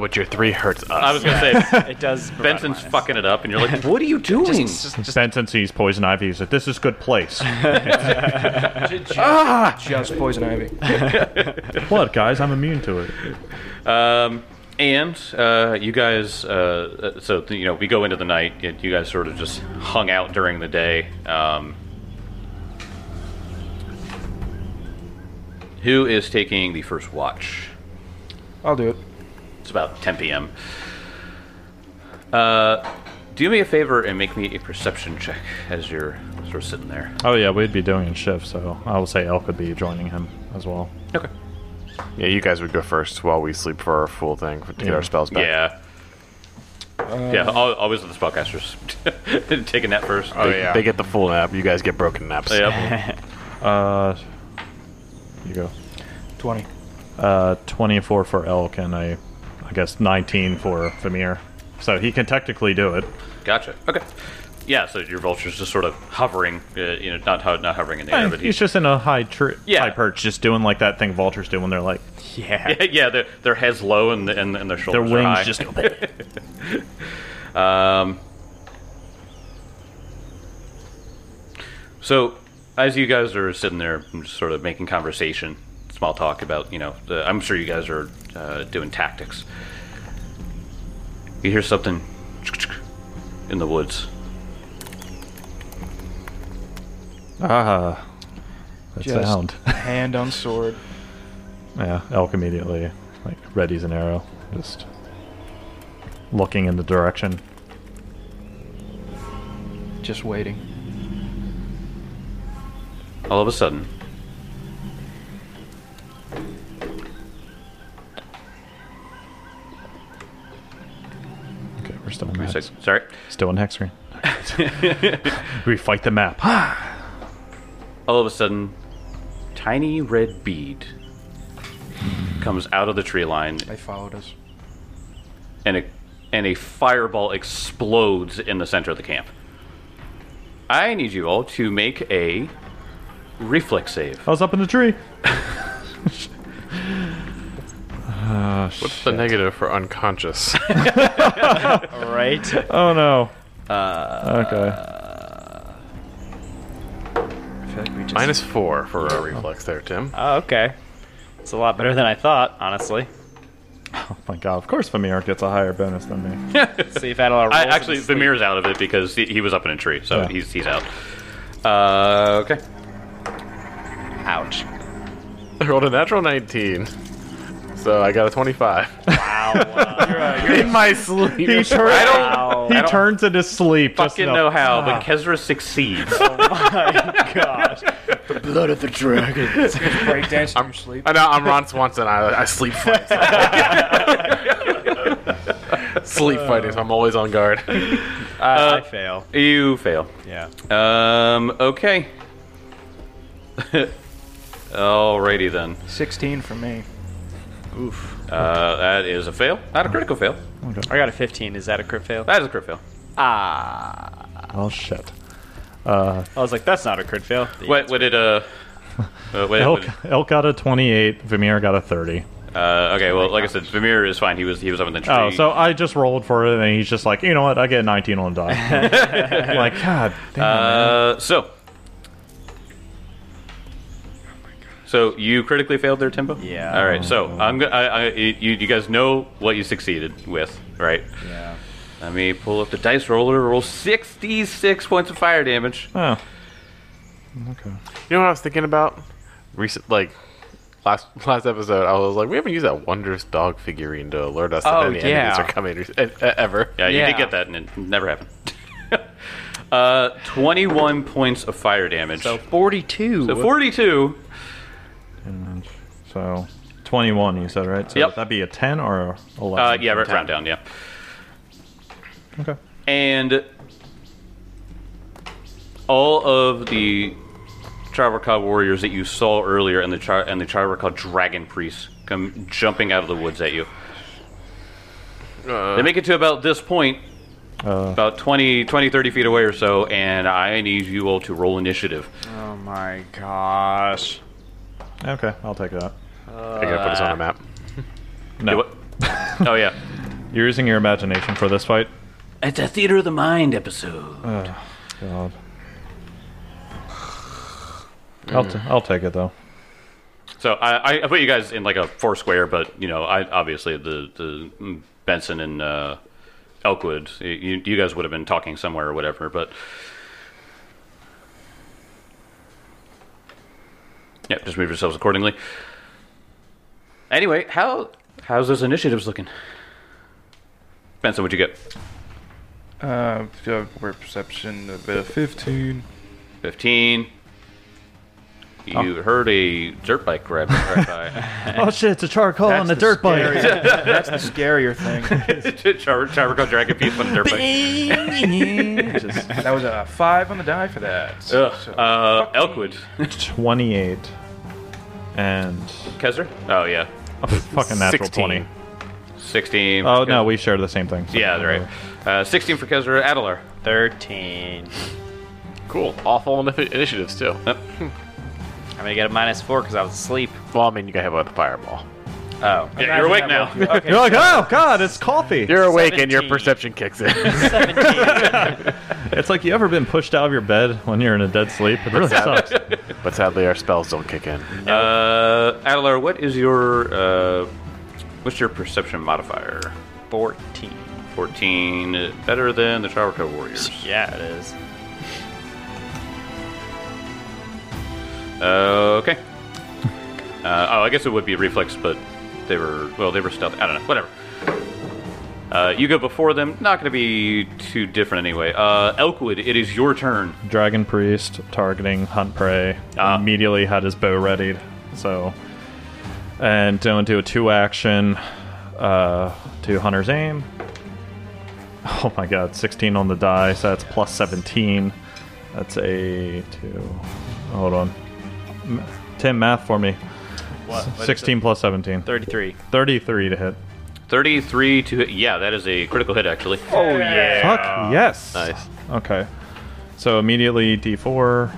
Speaker 5: but your three hurts us.
Speaker 1: I was gonna say
Speaker 4: It does.
Speaker 1: Benson's fucking it up, and you're like, "What are you doing?"
Speaker 3: Benson sees poison ivy. He's like, "This is good place."
Speaker 2: just, just poison ivy.
Speaker 3: what, guys? I'm immune to it.
Speaker 1: Um, and uh, you guys, uh, uh, so you know, we go into the night. Yet you guys sort of just hung out during the day. Um, who is taking the first watch?
Speaker 2: I'll do it.
Speaker 1: It's about 10 p.m. Uh, do me a favor and make me a perception check as you're sort of sitting there.
Speaker 3: Oh yeah, we'd be doing a shift, so I would say El could be joining him as well.
Speaker 1: Okay.
Speaker 5: yeah, you guys would go first while we sleep for our full thing for, to get our spells back.
Speaker 1: Yeah. yeah, al- always with the spellcasters. Taking that first.
Speaker 5: They, they get the full nap. You guys get broken naps.
Speaker 1: Yep.
Speaker 3: Uh, you go.
Speaker 2: 20.
Speaker 3: Uh, 24 for Elk and a, I guess 19 for Vamir. So he can technically do it.
Speaker 1: Gotcha. Okay. Yeah, so your vulture's just sort of hovering, uh, you know, not ho- not hovering in the air, but
Speaker 3: he's
Speaker 1: he's
Speaker 3: just in a high, tr-
Speaker 1: Yeah.
Speaker 3: high perch, just doing like that thing vultures do when they're like
Speaker 6: Yeah.
Speaker 1: yeah, their their head's low and the, and, and their
Speaker 3: their
Speaker 1: shoulders are high.
Speaker 3: wings just.
Speaker 1: So, as you guys are sitting there, and just sort of making conversation, small talk about, you know, the, I'm sure you guys are uh, doing tactics. You hear something in the woods.
Speaker 3: ah, that
Speaker 2: Just
Speaker 3: sound.
Speaker 2: hand on sword.
Speaker 3: Yeah, elk immediately like readies an arrow, just looking in the direction.
Speaker 2: Just waiting.
Speaker 1: All of a sudden,
Speaker 3: Okay, we're still in
Speaker 1: so-
Speaker 3: hex.
Speaker 1: sorry.
Speaker 3: Still in hex screen. we fight the map. Ah!
Speaker 1: All of a sudden, tiny red bead comes out of the tree line,
Speaker 2: They followed us.
Speaker 1: and a and a fireball explodes in the center of the camp. I need you all to make a reflex save.
Speaker 3: I was up in the tree.
Speaker 5: What's the negative for unconscious?
Speaker 4: Right.
Speaker 3: Oh no. okay.
Speaker 2: I feel like we just.
Speaker 5: Minus four for our reflex there, Tim.
Speaker 4: Oh, okay. It's a lot better than I thought, honestly.
Speaker 3: Oh my god. Of course, Vamir gets a higher bonus than me.
Speaker 4: See if Adela rolls.
Speaker 1: I,
Speaker 4: in
Speaker 1: actually,
Speaker 4: his
Speaker 1: the
Speaker 4: sleep.
Speaker 1: mirror's out of it because he, he was up in a tree, so
Speaker 3: Yeah.
Speaker 1: he's he's out. Uh, okay.
Speaker 4: Ouch.
Speaker 5: I rolled a natural 19, so I got a 25. In my sleep.
Speaker 3: He, turns.
Speaker 4: Wow.
Speaker 3: he turns in his sleep. just
Speaker 1: Fucking
Speaker 3: enough-
Speaker 1: know how, but Kesra succeeds.
Speaker 2: break dance in your sleep.
Speaker 5: I know, I'm Ron Swanson. I, I sleep fight. sleep fighting, so I'm always on guard.
Speaker 1: Uh,
Speaker 4: I fail.
Speaker 1: you fail.
Speaker 4: Yeah.
Speaker 1: Um, okay. Alrighty then.
Speaker 2: 16 for me.
Speaker 1: Uh, that is a fail. Not a critical fail.
Speaker 4: I got a 15. Is that a crit fail?
Speaker 1: That is a crit fail.
Speaker 3: Oh shit!
Speaker 4: I was like, that's not a crit fail.
Speaker 1: What, what did uh? uh, what-
Speaker 3: Elk,
Speaker 1: what-
Speaker 3: Elk got a twenty-eight. Vimir got a thirty.
Speaker 1: uh, okay, well, like I said, Vimir is fine. He was he was up in the tree.
Speaker 3: Oh, so I just rolled for it, and he's just like, you know what? I get a nineteen on die. like, God, damn, man.
Speaker 4: Oh,
Speaker 1: Uh, so. So you critically failed there, Timbo.
Speaker 4: Yeah.
Speaker 1: All right. So I'm gonna. I, I, you, you guys know what you succeeded with, right?
Speaker 4: Yeah.
Speaker 1: Let me pull up the dice roller. Roll sixty-six points of fire damage.
Speaker 3: Oh. Okay.
Speaker 5: You know what I was thinking about? Recent, like last last episode, I was like, we haven't used that wondrous dog figurine to alert us
Speaker 4: Oh,
Speaker 5: that any
Speaker 4: yeah.
Speaker 5: enemies are coming or- e- e- ever.
Speaker 1: Yeah, you
Speaker 4: Yeah.
Speaker 1: did get that, and it never happened. uh, twenty-one points of fire damage.
Speaker 4: So 42.
Speaker 1: So forty-two. uh,
Speaker 3: So, twenty-one. You said right? So
Speaker 1: Yep.
Speaker 3: would That be a ten or a
Speaker 1: Uh,
Speaker 3: eleven?
Speaker 1: yeah, right, round down. Yeah.
Speaker 3: Okay.
Speaker 1: and all of the Charvakal warriors that you saw earlier and the Char- and the Charvakal dragon priests come jumping out of the woods at you. they make it to about this point, about 20, 20, 30 feet away or so, and I need you all to roll initiative.
Speaker 4: Oh my gosh.
Speaker 3: Okay, I'll take that.
Speaker 5: I gotta put us on a map.
Speaker 3: No,
Speaker 1: You what? oh yeah,
Speaker 3: you're using your imagination for this fight.
Speaker 1: it's a theater of the mind episode.
Speaker 3: God. I'll, t- I'll take it though.
Speaker 1: So I, I- I put you guys in like a four square, but you know, I obviously the the mm, Benson and uh, Elkwood, y- you, you guys would have been talking somewhere or whatever. But yep, just move yourselves accordingly. Anyway, how how's those initiatives looking? Benson, what'd you get?
Speaker 2: Uh, word perception of uh, 15.
Speaker 1: Fifteen. You heard a dirt bike grab right by
Speaker 3: Oh shit! It's a charcoal on a dirt bike.
Speaker 2: That's the scarier thing.
Speaker 1: Char- Charvico Dragon Piece on a dirt bike.
Speaker 2: that was a 5 on the die for that.
Speaker 1: Ugh.
Speaker 2: So-
Speaker 1: Uh, Elkwood.
Speaker 3: Twenty-eight, and
Speaker 1: Kezer? Oh, yeah.
Speaker 3: a fucking natural
Speaker 5: 16.
Speaker 3: twenty.
Speaker 1: 16.
Speaker 3: Oh
Speaker 1: Kezer.
Speaker 3: no, we share the same thing.
Speaker 1: Yeah, that's right. Uh, 16 for Kezer. Adelar.
Speaker 4: 13.
Speaker 5: Cool. Awful initi- initiatives too.
Speaker 4: I'm gonna get a minus 4 because I was asleep.
Speaker 5: Well, I mean, you gotta have about the fireball.
Speaker 4: Oh.
Speaker 1: Yeah, you're awake now.
Speaker 3: You're like, oh god, it's coffee.
Speaker 5: You're awake and your
Speaker 4: 17.
Speaker 5: perception kicks in.
Speaker 3: It's like you ever been pushed out of your bed when you're in a dead sleep? It really sucks.
Speaker 5: but sadly, our spells don't kick in.
Speaker 1: Uh, Adelar, what is your. Uh, what's your perception modifier?
Speaker 4: 14.
Speaker 1: 14. Better than the Charvaka Warriors.
Speaker 4: Yeah, it is.
Speaker 1: Uh, okay. Uh, oh, I guess it would be reflex, but they were well, they were stealth. I don't know. Whatever. Uh, you go before them. Not going to be too different anyway. Uh, Elkwood, it is your turn.
Speaker 3: Dragon priest targeting hunt prey.
Speaker 1: Ah.
Speaker 3: Immediately had his bow readied. So, and don't do a two action uh, to hunter's aim. Oh my god, 16 on the die, so that's plus 17. That's a two. Hold on. M- Tim, math for me.
Speaker 4: What? what is it?
Speaker 3: 16 plus 17.
Speaker 4: 33.
Speaker 3: 33 to hit.
Speaker 1: Thirty-three to hit. Yeah, that is a critical hit actually.
Speaker 4: Oh, yeah.
Speaker 3: Fuck yes.
Speaker 1: Nice.
Speaker 3: Okay. So immediately D4.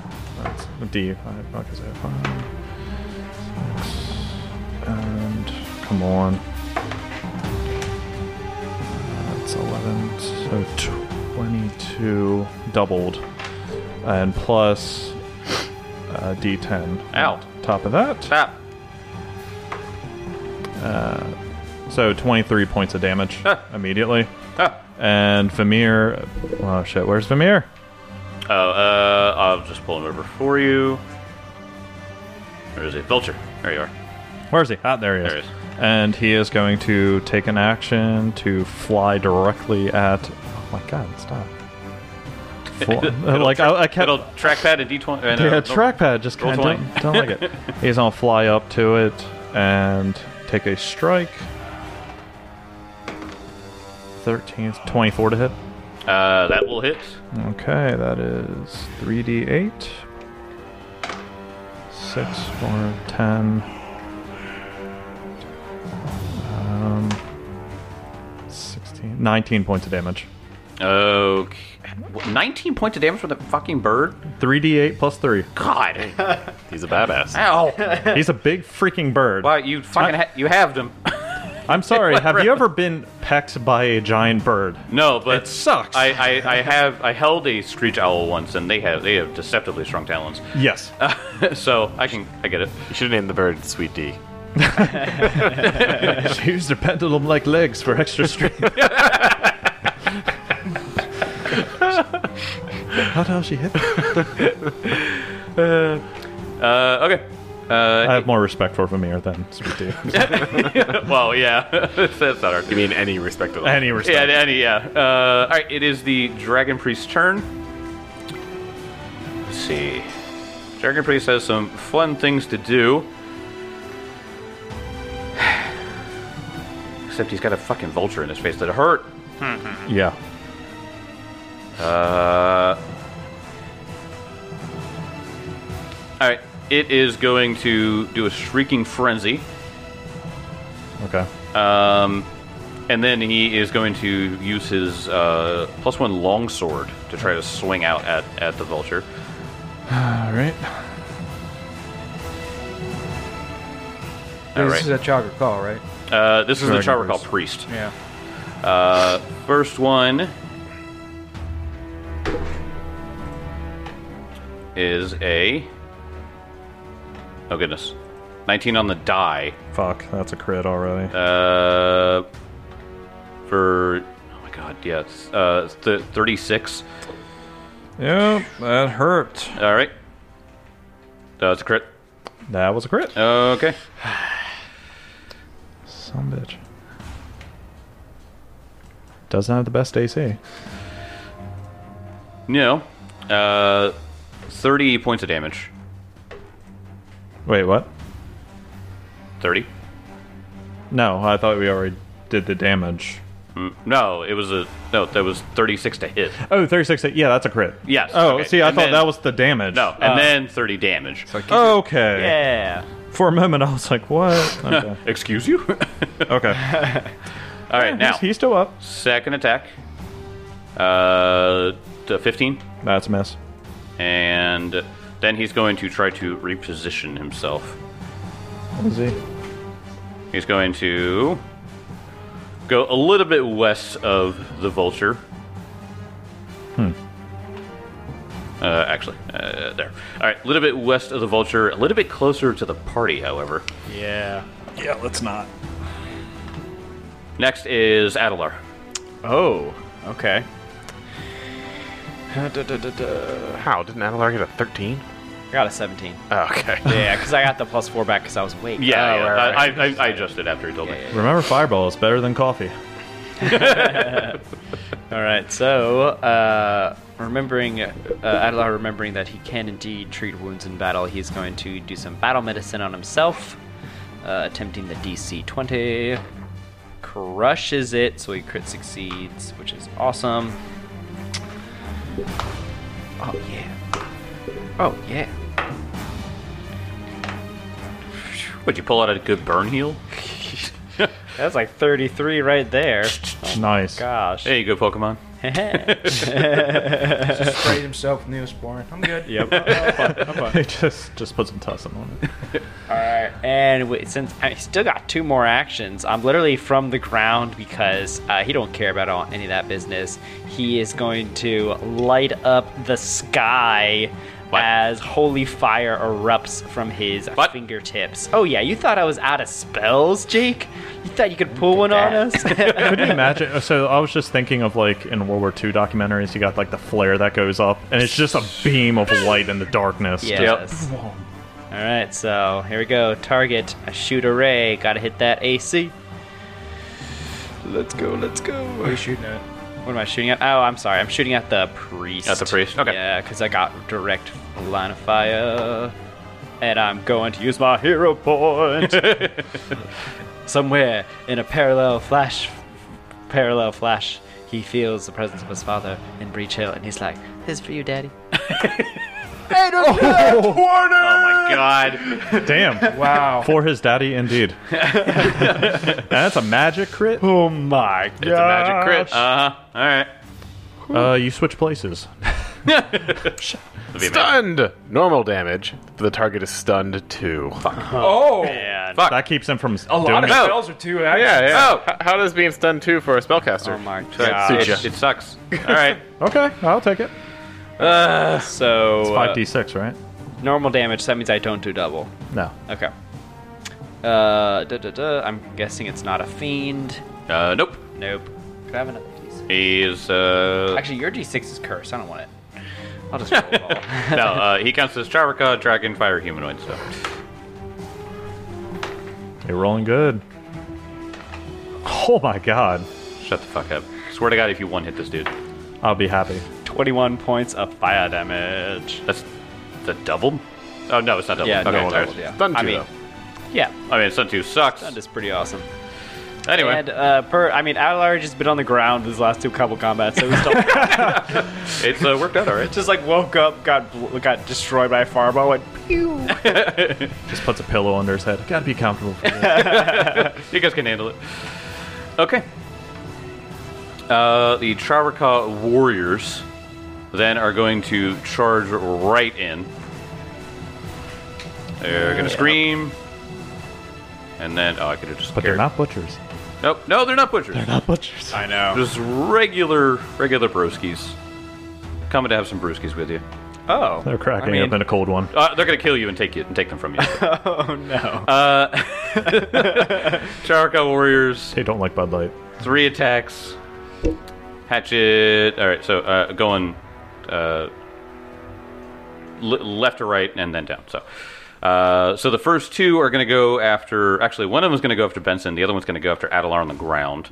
Speaker 3: That's D5. Okay, so five, six, and come on. That's 11. So 22 doubled. And plus uh, D10.
Speaker 1: Ow. Ah.
Speaker 3: Top of that.
Speaker 1: Stop.
Speaker 3: So 23 points of damage
Speaker 1: Huh.
Speaker 3: immediately.
Speaker 1: Huh.
Speaker 3: And Vamir. Oh shit, where's Vamir?
Speaker 1: Oh, uh, I'll just pull him over for you. Where is he? Vulture. There you are.
Speaker 3: Where is he? Ah, there he is.
Speaker 1: There he is.
Speaker 3: And he is going to take an action to fly directly at. Oh my god, stop. Fly- uh, like, I, I kept.
Speaker 1: It'll trackpad and D20. and, uh,
Speaker 3: yeah,
Speaker 1: nope.
Speaker 3: trackpad just
Speaker 1: Roll
Speaker 3: kind of. Don't, don't like it. He's going to fly up to it and take a strike. 13, 24 to hit.
Speaker 1: Uh, that will hit.
Speaker 3: Okay, that is 3d8. six, four, ten. Um, 16, 19 points of damage.
Speaker 1: Okay. 19 points of damage from the fucking bird?
Speaker 3: 3d8 plus 3.
Speaker 1: God.
Speaker 5: He's a badass.
Speaker 1: Ow.
Speaker 3: He's a big freaking bird.
Speaker 1: Wow, you fucking ha- you halved him.
Speaker 3: I'm sorry, have you ever been pecked by a giant bird?
Speaker 1: No, but
Speaker 3: It sucks.
Speaker 1: I, I, I have I held a screech owl once, and they have they have deceptively strong talons.
Speaker 3: Yes.
Speaker 1: so I can I get it.
Speaker 5: You should have named the bird Sweet D.
Speaker 3: She used her pendulum like legs for extra strength. How the hell she hit that?
Speaker 1: Uh, okay.
Speaker 3: I
Speaker 1: Uh,
Speaker 3: have more respect for Vamir than Sweet Tea.
Speaker 1: well, yeah, that's not hard.
Speaker 5: You mean any respect at all?
Speaker 3: Any
Speaker 1: Yeah,
Speaker 3: respect.
Speaker 1: any, yeah. Uh, all right, it is the Dragon Priest's turn. Let's see. Dragon Priest has some fun things to do. Except he's got a fucking vulture in his face that hurt.
Speaker 3: yeah.
Speaker 1: Uh, all right, it is going to do a shrieking frenzy,
Speaker 3: Okay.
Speaker 1: um, and then he is going to use his uh, plus one longsword to try to swing out at, at the vulture.
Speaker 3: All right.
Speaker 1: All
Speaker 2: this
Speaker 1: right,
Speaker 2: is a Chaga call, right?
Speaker 1: uh, this is the
Speaker 3: Dragon
Speaker 1: Charver called
Speaker 3: Priest.
Speaker 1: priest.
Speaker 2: Yeah.
Speaker 1: Uh, first one is a oh goodness, nineteen on the die.
Speaker 3: Fuck, that's a crit already.
Speaker 1: Uh, for oh my god, yeah, it's, uh, th- thirty-six.
Speaker 3: yep, that hurt.
Speaker 1: All right, that's a crit.
Speaker 3: That was a crit.
Speaker 1: Okay,
Speaker 3: Some bitch. Doesn't have the best AC.
Speaker 1: no, uh, thirty points of damage.
Speaker 3: Wait, what?
Speaker 1: Thirty?
Speaker 3: No, I thought we already did the damage.
Speaker 1: Mm, no, it was a no. That was thirty-six to hit.
Speaker 3: Oh, 36. Yeah, that's a crit.
Speaker 1: Yes,
Speaker 3: Oh,
Speaker 1: okay.
Speaker 3: see, I
Speaker 1: And
Speaker 3: thought
Speaker 1: then-
Speaker 3: that was the damage.
Speaker 1: No, and
Speaker 3: Uh,
Speaker 1: then thirty damage.
Speaker 3: Okay.
Speaker 4: Yeah.
Speaker 3: For a moment, I was like, what? Okay.
Speaker 1: Excuse you.
Speaker 3: okay.
Speaker 1: All right, now
Speaker 3: He's, he's still up.
Speaker 1: second attack. Uh, to fifteen.
Speaker 3: That's a miss.
Speaker 1: and then he's going to try to reposition himself.
Speaker 3: What is he?
Speaker 1: He's going to go a little bit west of the vulture. Hmm. Uh, actually, uh, there. All right, a little bit west of the vulture, a little bit closer to the party, however.
Speaker 4: Yeah.
Speaker 3: Yeah, let's not.
Speaker 1: Next is Adelar.
Speaker 4: Oh. Okay.
Speaker 5: How? Didn't Adelar get a 13?
Speaker 4: I got a 17.
Speaker 5: Oh, okay.
Speaker 4: Yeah, because I got the plus four back because I was awake.
Speaker 1: Yeah,
Speaker 5: Oh,
Speaker 1: yeah,
Speaker 5: right,
Speaker 1: I, I, I adjusted after he told me.
Speaker 3: Remember, Fireball is better than coffee.
Speaker 4: All right. So, uh, remembering uh, Adelar, remembering that he can indeed treat wounds in battle, he's going to do some battle medicine on himself, uh, attempting the DC 20. Crushes it, so he crit succeeds, which is awesome. Oh yeah. Oh yeah.
Speaker 1: Would you pull out a good burn heal?
Speaker 4: That's like 33 right there.
Speaker 3: nice.
Speaker 4: Gosh.
Speaker 1: There you go, Pokemon.
Speaker 2: Sprayed himself with Neosporin. I'm good.
Speaker 3: He just just put some tussin on it.
Speaker 4: Alright, and wait, since I still got two more actions, I'm literally from the ground because uh, he don't care about all, any of that business. He is going to light up the sky
Speaker 1: What?
Speaker 4: as holy fire erupts from his
Speaker 1: What?
Speaker 4: fingertips. Oh yeah, you thought I was out of spells, Jake? You thought you could pull one on us?
Speaker 3: Could you imagine? uh, So I was just thinking of like in World War II documentaries, you got like the flare that goes up, and it's just a beam of light in the darkness.
Speaker 4: yes. Alright, so here we go. Target, a shoot array. Gotta hit that AC. Let's go, let's go.
Speaker 2: What are you shooting at?
Speaker 4: What am I shooting at? Oh, I'm sorry. I'm shooting at the priest.
Speaker 1: At the priest, okay.
Speaker 4: Yeah, because I got direct line of fire. And I'm going to use my hero point. Somewhere in a parallel flash, parallel flash, he feels the presence of his father in Breach Hill, and he's like, "This is for you, Daddy."
Speaker 1: Oh my
Speaker 4: God.
Speaker 3: Damn.
Speaker 2: Wow.
Speaker 3: For his daddy, indeed. And that's a magic crit.
Speaker 2: oh my god.
Speaker 5: It's a magic crit.
Speaker 1: Uh huh. All right.
Speaker 3: Uh, you switch places.
Speaker 5: stunned. Normal damage. The target is stunned too.
Speaker 2: Oh.
Speaker 3: That keeps him from
Speaker 2: A lot of
Speaker 3: doing it.
Speaker 2: spells are two actions.
Speaker 5: Oh, Yeah, yeah. H- how does being stunned too for a spellcaster?
Speaker 4: Oh my
Speaker 1: That
Speaker 4: God.
Speaker 5: Suit ya.
Speaker 1: suits It, it sucks. All right.
Speaker 3: Okay, I'll take it.
Speaker 4: So uh,
Speaker 3: Five d six, right?
Speaker 4: normal damage. So that means I don't do double.
Speaker 3: No.
Speaker 4: Okay. Uh, duh, duh, duh. I'm guessing it's not a fiend.
Speaker 1: Uh, nope.
Speaker 4: Nope. Could I have another D6?
Speaker 1: He is. Uh,
Speaker 4: Actually, your D6 is cursed. I don't want it. I'll just roll it all.
Speaker 1: no, uh, he counts as Charvaka, Dragon, Fire, Humanoid. So
Speaker 3: You're rolling good. Oh my god,
Speaker 1: shut the fuck up. Swear to God, if you one hit this dude,
Speaker 3: I'll be happy.
Speaker 4: 21 points of fire damage.
Speaker 1: that's the double. Oh no, it's not double.
Speaker 4: Yeah,
Speaker 1: okay,
Speaker 4: no,
Speaker 1: sorry.
Speaker 4: double, yeah.
Speaker 5: Stunned
Speaker 1: I
Speaker 5: too,
Speaker 1: mean-
Speaker 5: though.
Speaker 4: Yeah,
Speaker 1: I mean, Sun Two sucks.
Speaker 4: that is pretty awesome.
Speaker 1: Anyway,
Speaker 4: And uh, per, I mean, Avalar just been on the ground these last two couple combats, so he's still
Speaker 1: it's uh, worked out all right.
Speaker 4: just like woke up, got bl- got destroyed by a fireball, went pew.
Speaker 3: Just puts a pillow under his head. Gotta be comfortable for this.
Speaker 1: You guys can handle it. Okay. Uh, the Charvaka warriors then are going to charge right in. They're gonna scream, and then oh, I could have just.
Speaker 3: but they're
Speaker 1: carried-
Speaker 3: not butchers.
Speaker 1: Nope, no, they're not butchers.
Speaker 3: Not butchers.
Speaker 4: I know.
Speaker 1: Just regular, regular brewskis. Coming to have some brewskis with you.
Speaker 4: Oh,
Speaker 3: They're cracking
Speaker 4: I mean-
Speaker 3: open a cold one.
Speaker 1: Uh, they're gonna kill you and take you and take them from you.
Speaker 4: oh no.
Speaker 1: Charaka warriors,
Speaker 3: They don't like Bud Light.
Speaker 1: three attacks. Hatchet. All right, so uh, going uh, le- left to right and then down. So, uh, so the first two are gonna go after. Actually, one of them is gonna go after Benson. The other one's gonna go after Adelar on the ground.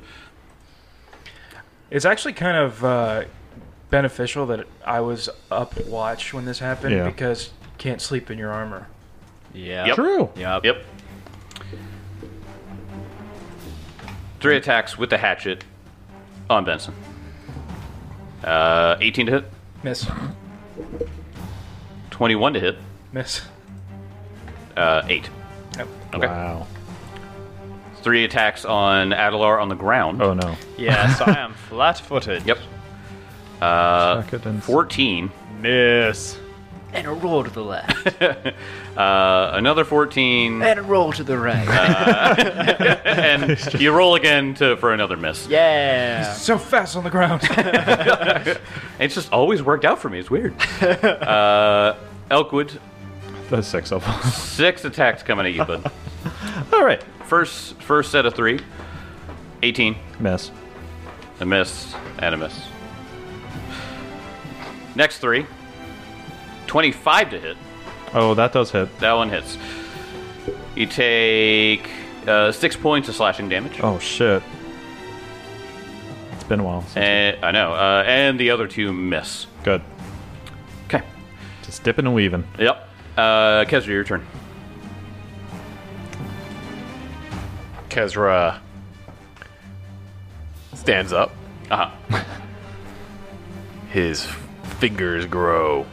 Speaker 2: It's actually kind of uh, beneficial that I was up watch when this happened
Speaker 3: Yeah.
Speaker 2: because you can't sleep in your armor.
Speaker 4: Yeah.
Speaker 1: Yep.
Speaker 3: True.
Speaker 4: Yep.
Speaker 1: Yep. Three attacks with the hatchet on Benson. Uh, 18 to hit,
Speaker 2: Miss.
Speaker 1: 21 to hit,
Speaker 2: Miss.
Speaker 1: uh, 8.
Speaker 2: Yep.
Speaker 1: Okay.
Speaker 3: Wow.
Speaker 1: Three attacks on Adelar on the ground.
Speaker 3: Oh no.
Speaker 4: Yeah. So I am flat-footed.
Speaker 1: Yep.
Speaker 3: Second and
Speaker 1: 14.
Speaker 4: Miss. And a roll to the left.
Speaker 1: Uh, another 14.
Speaker 4: and a roll to the right.
Speaker 1: and you roll again to, for another miss.
Speaker 4: yeah.
Speaker 2: So fast on the ground.
Speaker 1: It's just always worked out for me. It's weird. uh, Elkwood,
Speaker 3: the six of them.
Speaker 1: six attacks coming at you, bud.
Speaker 3: All right.
Speaker 1: First, first set of three. 18.
Speaker 3: Miss.
Speaker 1: A miss and a miss. Next three. 25 to hit.
Speaker 3: Oh, that does hit.
Speaker 1: That one hits. You take uh, six points of slashing damage.
Speaker 3: Oh shit. It's been a while. since-
Speaker 1: And, I know. Uh, and the other two miss.
Speaker 3: Good.
Speaker 1: Okay.
Speaker 3: Just dipping and weaving.
Speaker 1: Yep. Uh, Kesra, your turn.
Speaker 5: Kezra stands up.
Speaker 1: Uh huh.
Speaker 5: His fingers grow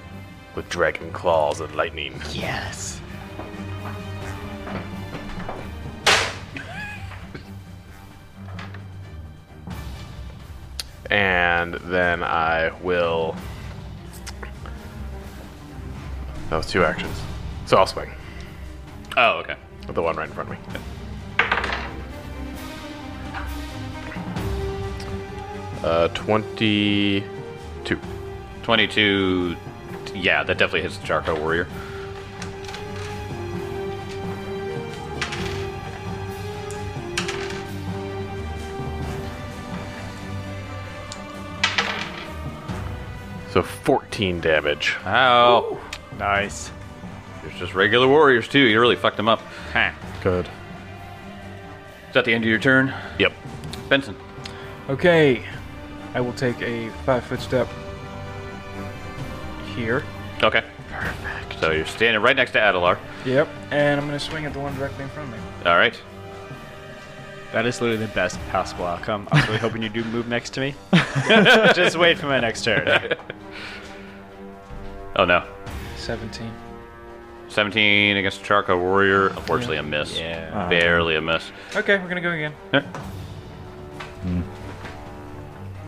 Speaker 5: with dragon claws and lightning.
Speaker 4: Yes.
Speaker 5: And then I will. That was two actions. So I'll swing
Speaker 1: Oh, okay.
Speaker 5: with the one right in front of me. Uh, 22.
Speaker 1: 22. Yeah, that definitely hits the Charco Warrior.
Speaker 5: So 14 damage.
Speaker 1: Ow.
Speaker 4: Nice.
Speaker 1: There's just regular warriors, too. You really fucked them up.
Speaker 3: Good.
Speaker 1: Is that the end of your turn?
Speaker 5: Yep.
Speaker 1: Benson.
Speaker 2: okay. I will take a five foot step here.
Speaker 1: Okay. Perfect. So you're standing right next to Adelar.
Speaker 2: Yep. And I'm going to swing at the one directly in front of me.
Speaker 1: All right.
Speaker 4: That is literally the best possible outcome. I was really hoping you do move next to me. Just wait for my next turn.
Speaker 1: Oh no.
Speaker 2: 17.
Speaker 1: 17 against Charco Warrior. Unfortunately, a miss.
Speaker 4: Yeah.
Speaker 1: Barely a miss.
Speaker 2: Okay, we're gonna go again. Hmm.
Speaker 1: Yeah.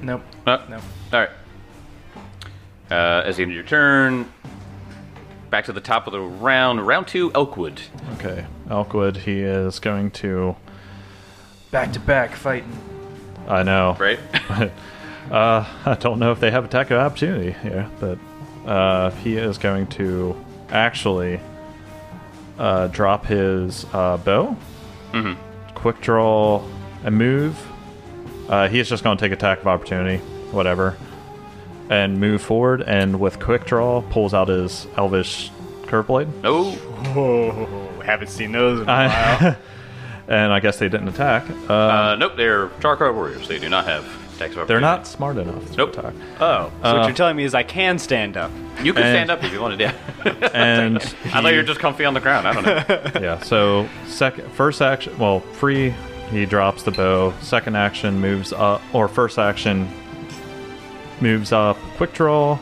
Speaker 2: Nope.
Speaker 1: Uh,
Speaker 2: No.
Speaker 1: All right. Uh, as the end of your turn, back to the top of the round. Round two, Elkwood.
Speaker 3: Okay, Elkwood. He is going to.
Speaker 2: Back to back fighting.
Speaker 3: I know.
Speaker 1: Right?
Speaker 3: Uh, I don't know if they have attack of opportunity here, but uh, he is going to actually uh, drop his uh, bow, mm-hmm. quick draw, and move. Uh, he is just going to take attack of opportunity, whatever, and move forward. And with quick draw, pulls out his elvish curve blade.
Speaker 1: no.
Speaker 5: Whoa, haven't seen those in a while.
Speaker 3: I- and I guess they didn't attack. Uh,
Speaker 1: Uh, nope, they're Charco Warriors. They do not have attacks of
Speaker 3: they're
Speaker 1: opportunity.
Speaker 3: not smart enough to
Speaker 1: Nope.
Speaker 3: attack.
Speaker 4: Oh, so what you're telling me is I can stand up.
Speaker 1: You can
Speaker 3: And-
Speaker 1: stand up if you wanted. Yeah. I
Speaker 3: And
Speaker 1: thought you were just comfy on the ground. I don't know.
Speaker 3: yeah. So second, first action. Well, free. He drops the bow. Second action moves up, or first action moves up. Quick draw,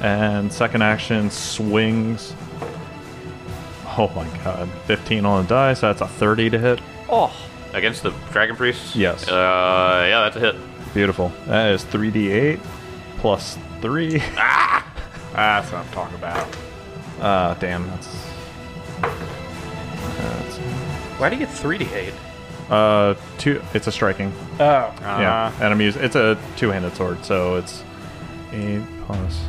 Speaker 3: and second action swings. Oh my god! Fifteen on the die, so that's a thirty to hit.
Speaker 1: Against the Dragon Priest?
Speaker 3: Yes.
Speaker 1: Uh, yeah, that's a hit.
Speaker 3: Beautiful. That is three d eight plus three.
Speaker 5: Ah! That's what I'm talking about.
Speaker 3: Ah, damn. That's. that's
Speaker 2: Why do you get 3d8?
Speaker 3: uh, two. It's a striking.
Speaker 2: Oh,
Speaker 3: Yeah, Uh, and I'm using it's a two-handed sword, so it's eight plus.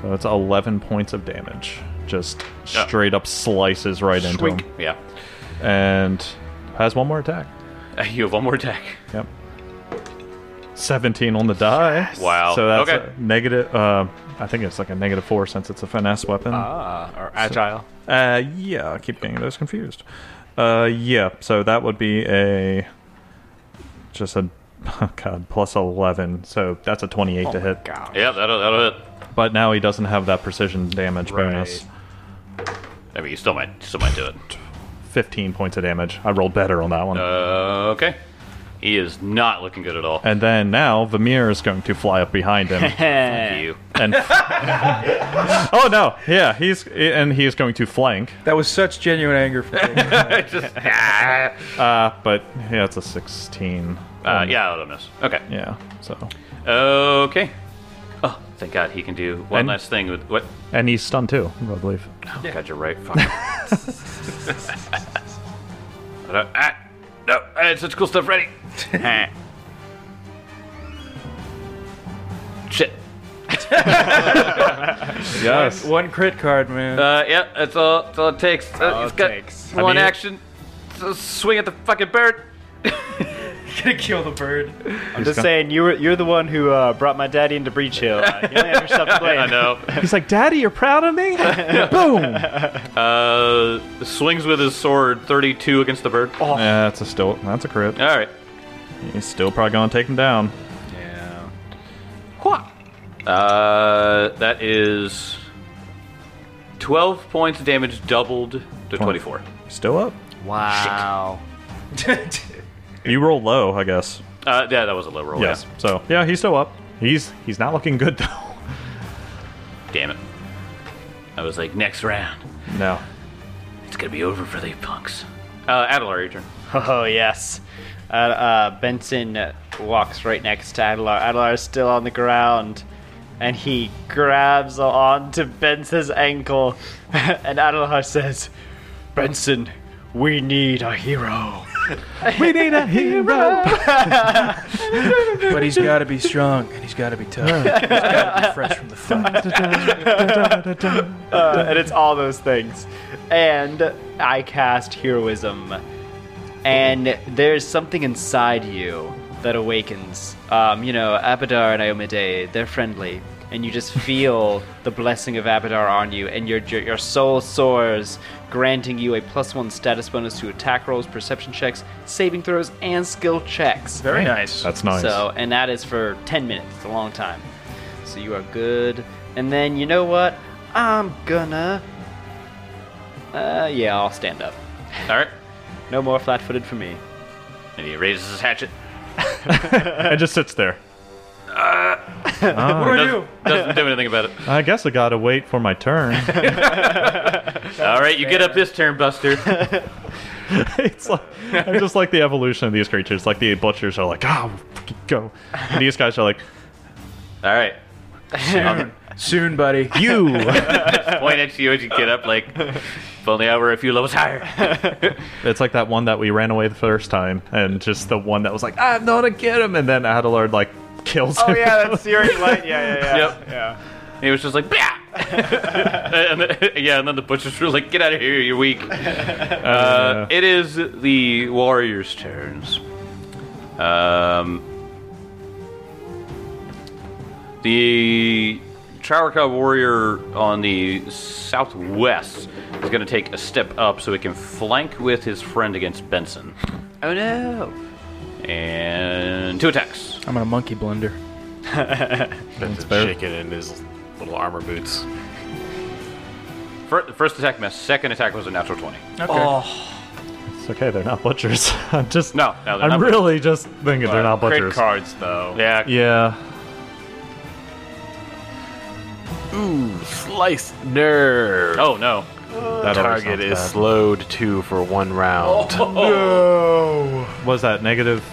Speaker 3: So it's eleven points of damage, just
Speaker 1: Yeah.
Speaker 3: straight up slices right into him,
Speaker 1: Yeah.
Speaker 3: and has one more attack.
Speaker 1: Uh, You have one more attack.
Speaker 3: Yep, seventeen on the die.
Speaker 1: Wow.
Speaker 3: So that's
Speaker 1: Okay.
Speaker 3: a negative. Uh, I think it's like a negative four since it's a finesse weapon.
Speaker 5: Ah, or agile.
Speaker 3: Uh, yeah, I keep getting those confused. Uh, yeah, so that would be a just a oh god plus eleven, so that's a twenty-eight to hit.
Speaker 5: God.
Speaker 1: Yeah, that'll, that'll hit.
Speaker 3: But now he doesn't have that precision damage bonus.
Speaker 1: I mean, you still might, still might do it.
Speaker 3: Fifteen points of damage. I rolled better on that one.
Speaker 1: Uh, okay. He is not looking good at all.
Speaker 3: and then now Vamir is going to fly up behind him
Speaker 1: Thank you.
Speaker 3: and. oh no! Yeah, he's and he's going to flank,
Speaker 2: that was such genuine anger from me.
Speaker 1: Just, ah.
Speaker 3: uh, but yeah, it's a sixteen. Um,
Speaker 1: uh, yeah, that'll miss. Okay.
Speaker 3: Yeah. So,
Speaker 1: Okay. Oh, thank God he can do one
Speaker 3: And-
Speaker 1: last thing with what?
Speaker 3: and he's stunned too, I believe.
Speaker 1: Oh, God, you're right. Fuck. I don't- ah, no, I had such cool stuff ready. Shit.
Speaker 3: Yes.
Speaker 2: One crit card, man.
Speaker 1: Uh, yeah, that's all. That's all it takes. Uh,
Speaker 5: All
Speaker 1: has
Speaker 5: it
Speaker 1: got
Speaker 5: takes.
Speaker 1: one
Speaker 3: I mean-
Speaker 1: action. S- swing at the fucking bird.
Speaker 2: gonna kill the bird.
Speaker 4: I'm just saying, you were, you're the one who uh, brought my daddy into Breach Hill. Uh, you only have yourself to blame.
Speaker 1: I know.
Speaker 3: He's like, Daddy, you're proud of me? Boom!
Speaker 1: Uh, swings with his sword, 32 against the bird.
Speaker 3: Yeah, that's a still that's a crit.
Speaker 1: All right.
Speaker 3: He's still probably gonna take him down.
Speaker 1: Uh, that is 12 points of damage doubled to 24.
Speaker 3: Still up.
Speaker 7: Wow.
Speaker 3: You roll low, I guess.
Speaker 1: Uh, yeah, that was a low roll.
Speaker 3: Yes. So yeah, he's still up. He's he's not looking good though.
Speaker 1: yeah. Damn it. I was like, next round.
Speaker 3: No.
Speaker 1: It's going to be over for the punks. Uh, Adelar, your turn.
Speaker 4: Oh, yes. Uh, uh, Benson walks right next to Adelar. Adelar is still on the ground, and he grabs onto Benson's ankle, and Adelar says, Benson, we need a hero.
Speaker 3: We need a hero.
Speaker 2: But he's gotta be strong and he's gotta be tough. he's gotta be fresh from the fight.
Speaker 4: Uh, and it's all those things. And I cast heroism. And there's something inside you that awakens. Um, you know, Abadar and Iomide, they're friendly. And you just feel the blessing of Abadar on you, and your, your your soul soars, granting you a plus one status bonus to attack rolls, perception checks, saving throws, and skill checks.
Speaker 2: Very nice.
Speaker 3: That's nice.
Speaker 4: So, and that is for 10 minutes. It's a long time. So you are good. And then you know what? I'm gonna. Uh, yeah, I'll stand up.
Speaker 1: All right.
Speaker 4: No more flat footed for me.
Speaker 1: And he raises his hatchet.
Speaker 3: and just sits there.
Speaker 2: What do I do?
Speaker 1: Doesn't do anything about it.
Speaker 3: I guess I gotta wait for my turn.
Speaker 1: All right, you get up this turn, Buster.
Speaker 3: it's like I just like the evolution of these creatures. Like the butchers are like, ah, f- go. And these guys are like,
Speaker 1: All right.
Speaker 2: Soon, buddy.
Speaker 3: you.
Speaker 1: Point at you as you get up, like, if only I were a few levels higher.
Speaker 3: it's like that one that we ran away the first time, and just the one that was like, I'm not gonna get him, and then Adelard like kills him.
Speaker 6: Oh yeah, that's Searing Light. Yeah, yeah, yeah.
Speaker 1: Yep.
Speaker 6: Yeah.
Speaker 1: And he was just like, bah! and then, yeah, and then the butchers were like, get out of here, you're weak. Uh, it is the warriors' turns. Um, the Traorca warrior on the southwest is going to take a step up so he can flank with his friend against Benson.
Speaker 4: Oh no!
Speaker 1: And two attacks.
Speaker 2: I'm gonna monkey blender.
Speaker 5: Ben's
Speaker 3: better.
Speaker 5: shaking in his little armor boots.
Speaker 1: Fir- First attack missed. Second attack was a natural 20.
Speaker 2: Okay.
Speaker 3: It's okay, they're not butchers. I'm just
Speaker 1: No, no, they're
Speaker 3: I'm
Speaker 1: not butchers.
Speaker 3: really just thinking they're not
Speaker 5: Crit
Speaker 3: butchers.
Speaker 5: cards though.
Speaker 1: Yeah,
Speaker 3: Yeah.
Speaker 5: Ooh, slice nerve.
Speaker 1: Oh no.
Speaker 3: That always
Speaker 5: Target is
Speaker 3: sounds bad.
Speaker 5: slowed two for one round.
Speaker 3: Was that negative?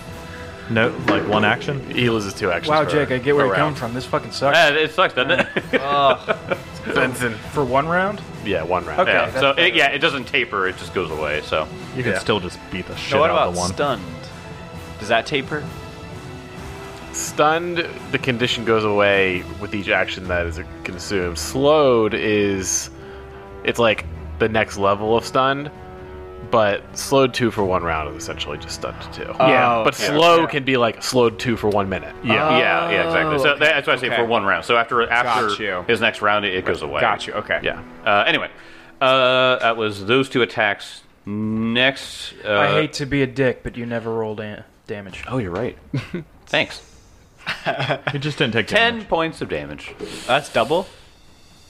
Speaker 3: No, like one action.
Speaker 5: He loses two actions.
Speaker 2: Wow,
Speaker 5: per-
Speaker 2: Jake, I get where
Speaker 5: per
Speaker 2: you're coming
Speaker 5: round.
Speaker 2: from. This fucking sucks.
Speaker 1: Yeah, it sucks, doesn't it?
Speaker 5: Benson.
Speaker 2: For one round?
Speaker 5: Yeah, one round.
Speaker 2: Okay.
Speaker 1: yeah.
Speaker 2: that's
Speaker 1: So it, yeah, it doesn't taper; it just goes away. So
Speaker 3: You can still just beat the shit
Speaker 4: So what
Speaker 3: out
Speaker 4: about
Speaker 3: of the one.
Speaker 4: stunned? Does that taper?
Speaker 5: Stunned, the condition goes away with each action that is consumed. Slowed is, it's like the next level of stunned, but slowed two for one round is essentially just stunned to two.
Speaker 4: Yeah.
Speaker 5: but
Speaker 4: okay.
Speaker 5: slow
Speaker 4: Yeah.
Speaker 5: can be like slowed two for one minute.
Speaker 1: yeah, yeah, yeah, exactly. So that's why I say
Speaker 6: okay.
Speaker 1: for one round. So after
Speaker 6: Got you.
Speaker 1: after his next round, it, it goes away.
Speaker 6: Got you. Okay.
Speaker 4: Oh,
Speaker 1: Yeah. Uh, anyway, uh, that was those two attacks. Next, uh,
Speaker 2: I hate to be a dick, but you never rolled an- damage.
Speaker 1: Oh, you're right. Thanks.
Speaker 3: You just didn't take
Speaker 1: Ten
Speaker 3: damage.
Speaker 1: points of damage.
Speaker 4: That's double.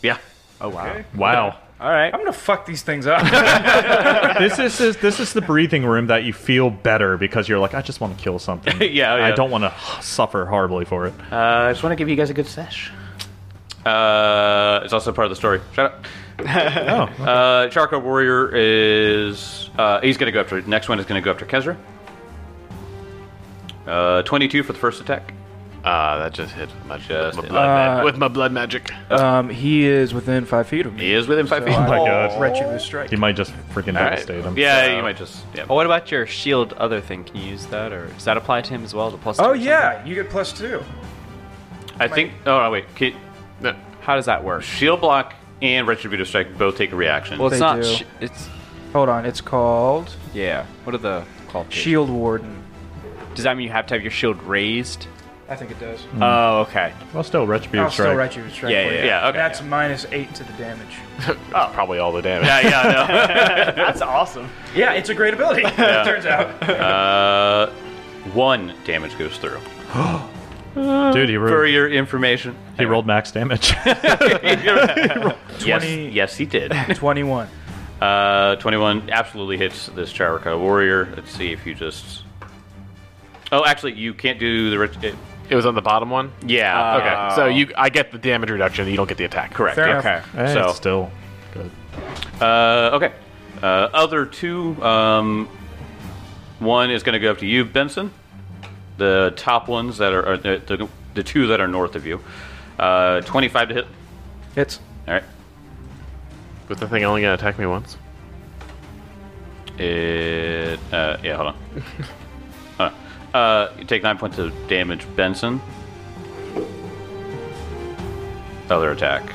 Speaker 1: Yeah.
Speaker 6: Oh wow.
Speaker 3: Wow.
Speaker 6: All right.
Speaker 2: I'm gonna fuck these things up.
Speaker 3: this is this, this is the breathing room that you feel better because you're like, I just want to kill something.
Speaker 1: Yeah,
Speaker 3: I
Speaker 1: yeah.
Speaker 3: don't want to suffer horribly for it.
Speaker 1: Uh, I just want to give you guys a good sesh. Uh, it's also part of the story. Shut up.
Speaker 3: oh,
Speaker 1: Uh, Charcoal Warrior is uh, he's going to go after next one is going to go after Kezra. Uh, 22 for the first attack.
Speaker 5: Uh, that just hit with my,
Speaker 1: Just
Speaker 5: with
Speaker 1: hit.
Speaker 5: my blood, ma-
Speaker 2: Uh,
Speaker 5: with my blood magic.
Speaker 2: um, he is within five feet of me.
Speaker 1: He is within five
Speaker 2: So
Speaker 1: feet.
Speaker 5: Oh,
Speaker 2: I
Speaker 3: my
Speaker 2: will
Speaker 3: God.
Speaker 2: Retributive strike.
Speaker 3: you might just freaking
Speaker 1: All right.
Speaker 3: devastate him.
Speaker 1: Yeah, you might just. Yeah.
Speaker 4: But what about your shield other thing? Can you use that, or does that apply to him as well? The plus. two
Speaker 2: Oh
Speaker 4: or something?
Speaker 2: yeah, you get plus two.
Speaker 1: I think. Oh no, wait. Can,
Speaker 5: No,
Speaker 4: How does that work?
Speaker 1: shield block and retributive strike both take a reaction.
Speaker 4: Well, it's
Speaker 2: They
Speaker 4: not.
Speaker 2: do.
Speaker 4: Sh- it's
Speaker 2: Hold on, it's called
Speaker 4: yeah. What are the called?
Speaker 2: Shield Warden.
Speaker 4: Does that mean you have to have your shield raised?
Speaker 2: I think it does.
Speaker 4: Oh, okay.
Speaker 3: Well, still retributive
Speaker 2: I'll still
Speaker 3: strike.
Speaker 2: retributive strike.
Speaker 4: Yeah,
Speaker 2: for
Speaker 4: yeah,
Speaker 2: you.
Speaker 1: yeah, okay,
Speaker 2: That's minus eight to the damage.
Speaker 1: Oh.
Speaker 5: that's probably all the damage.
Speaker 1: yeah, yeah,
Speaker 6: That's awesome.
Speaker 2: Yeah, it's a great ability. It turns out.
Speaker 1: no. uh, one damage goes through.
Speaker 3: Dude, he,
Speaker 1: For
Speaker 3: rolled
Speaker 1: your information,
Speaker 3: he rolled max damage.
Speaker 1: yes,
Speaker 2: 20
Speaker 1: yes, he did.
Speaker 2: Twenty-one.
Speaker 1: Uh, 21 absolutely hits this Charaka warrior. Let's see if you just. Oh, actually, you can't do the. Ret- it-
Speaker 5: It was on the bottom one.
Speaker 1: yeah.
Speaker 5: Okay, so you, I get the damage reduction. You don't get the attack.
Speaker 1: Correct.
Speaker 2: Ah, Fair
Speaker 1: yeah.
Speaker 2: enough.
Speaker 6: Okay.
Speaker 3: Eh,
Speaker 1: So-
Speaker 3: it's still good.
Speaker 1: Uh, okay. Uh, other two. Um, one is going to go up to you, Benson. The top ones that are, are the, the, the two that are north of you. Uh, 25 to hit.
Speaker 2: Hits.
Speaker 1: All right.
Speaker 5: Was the thing only gonna attack me once?
Speaker 1: It. Uh, yeah. Hold on. hold on. Uh, you take nine points of damage, Benson. Other attack.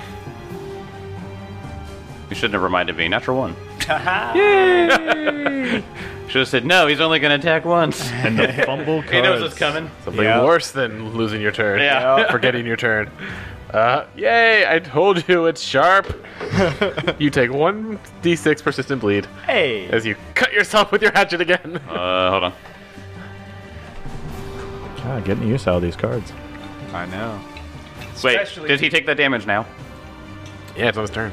Speaker 1: You shouldn't have reminded me. Natural one. Should have said no. He's only going to attack once.
Speaker 3: And the fumble cards.
Speaker 1: he knows it's coming.
Speaker 5: Something worse than losing your turn.
Speaker 1: Yeah.
Speaker 5: Forgetting your turn. Uh, yay! I told you it's sharp. you take one d6 persistent bleed
Speaker 6: Hey.
Speaker 5: as you cut yourself with your hatchet again.
Speaker 1: Uh, hold on.
Speaker 3: God, getting use out of these cards.
Speaker 6: I know.
Speaker 1: Wait.
Speaker 2: Especially-
Speaker 1: Did he take that damage now?
Speaker 5: yeah, it's on his turn.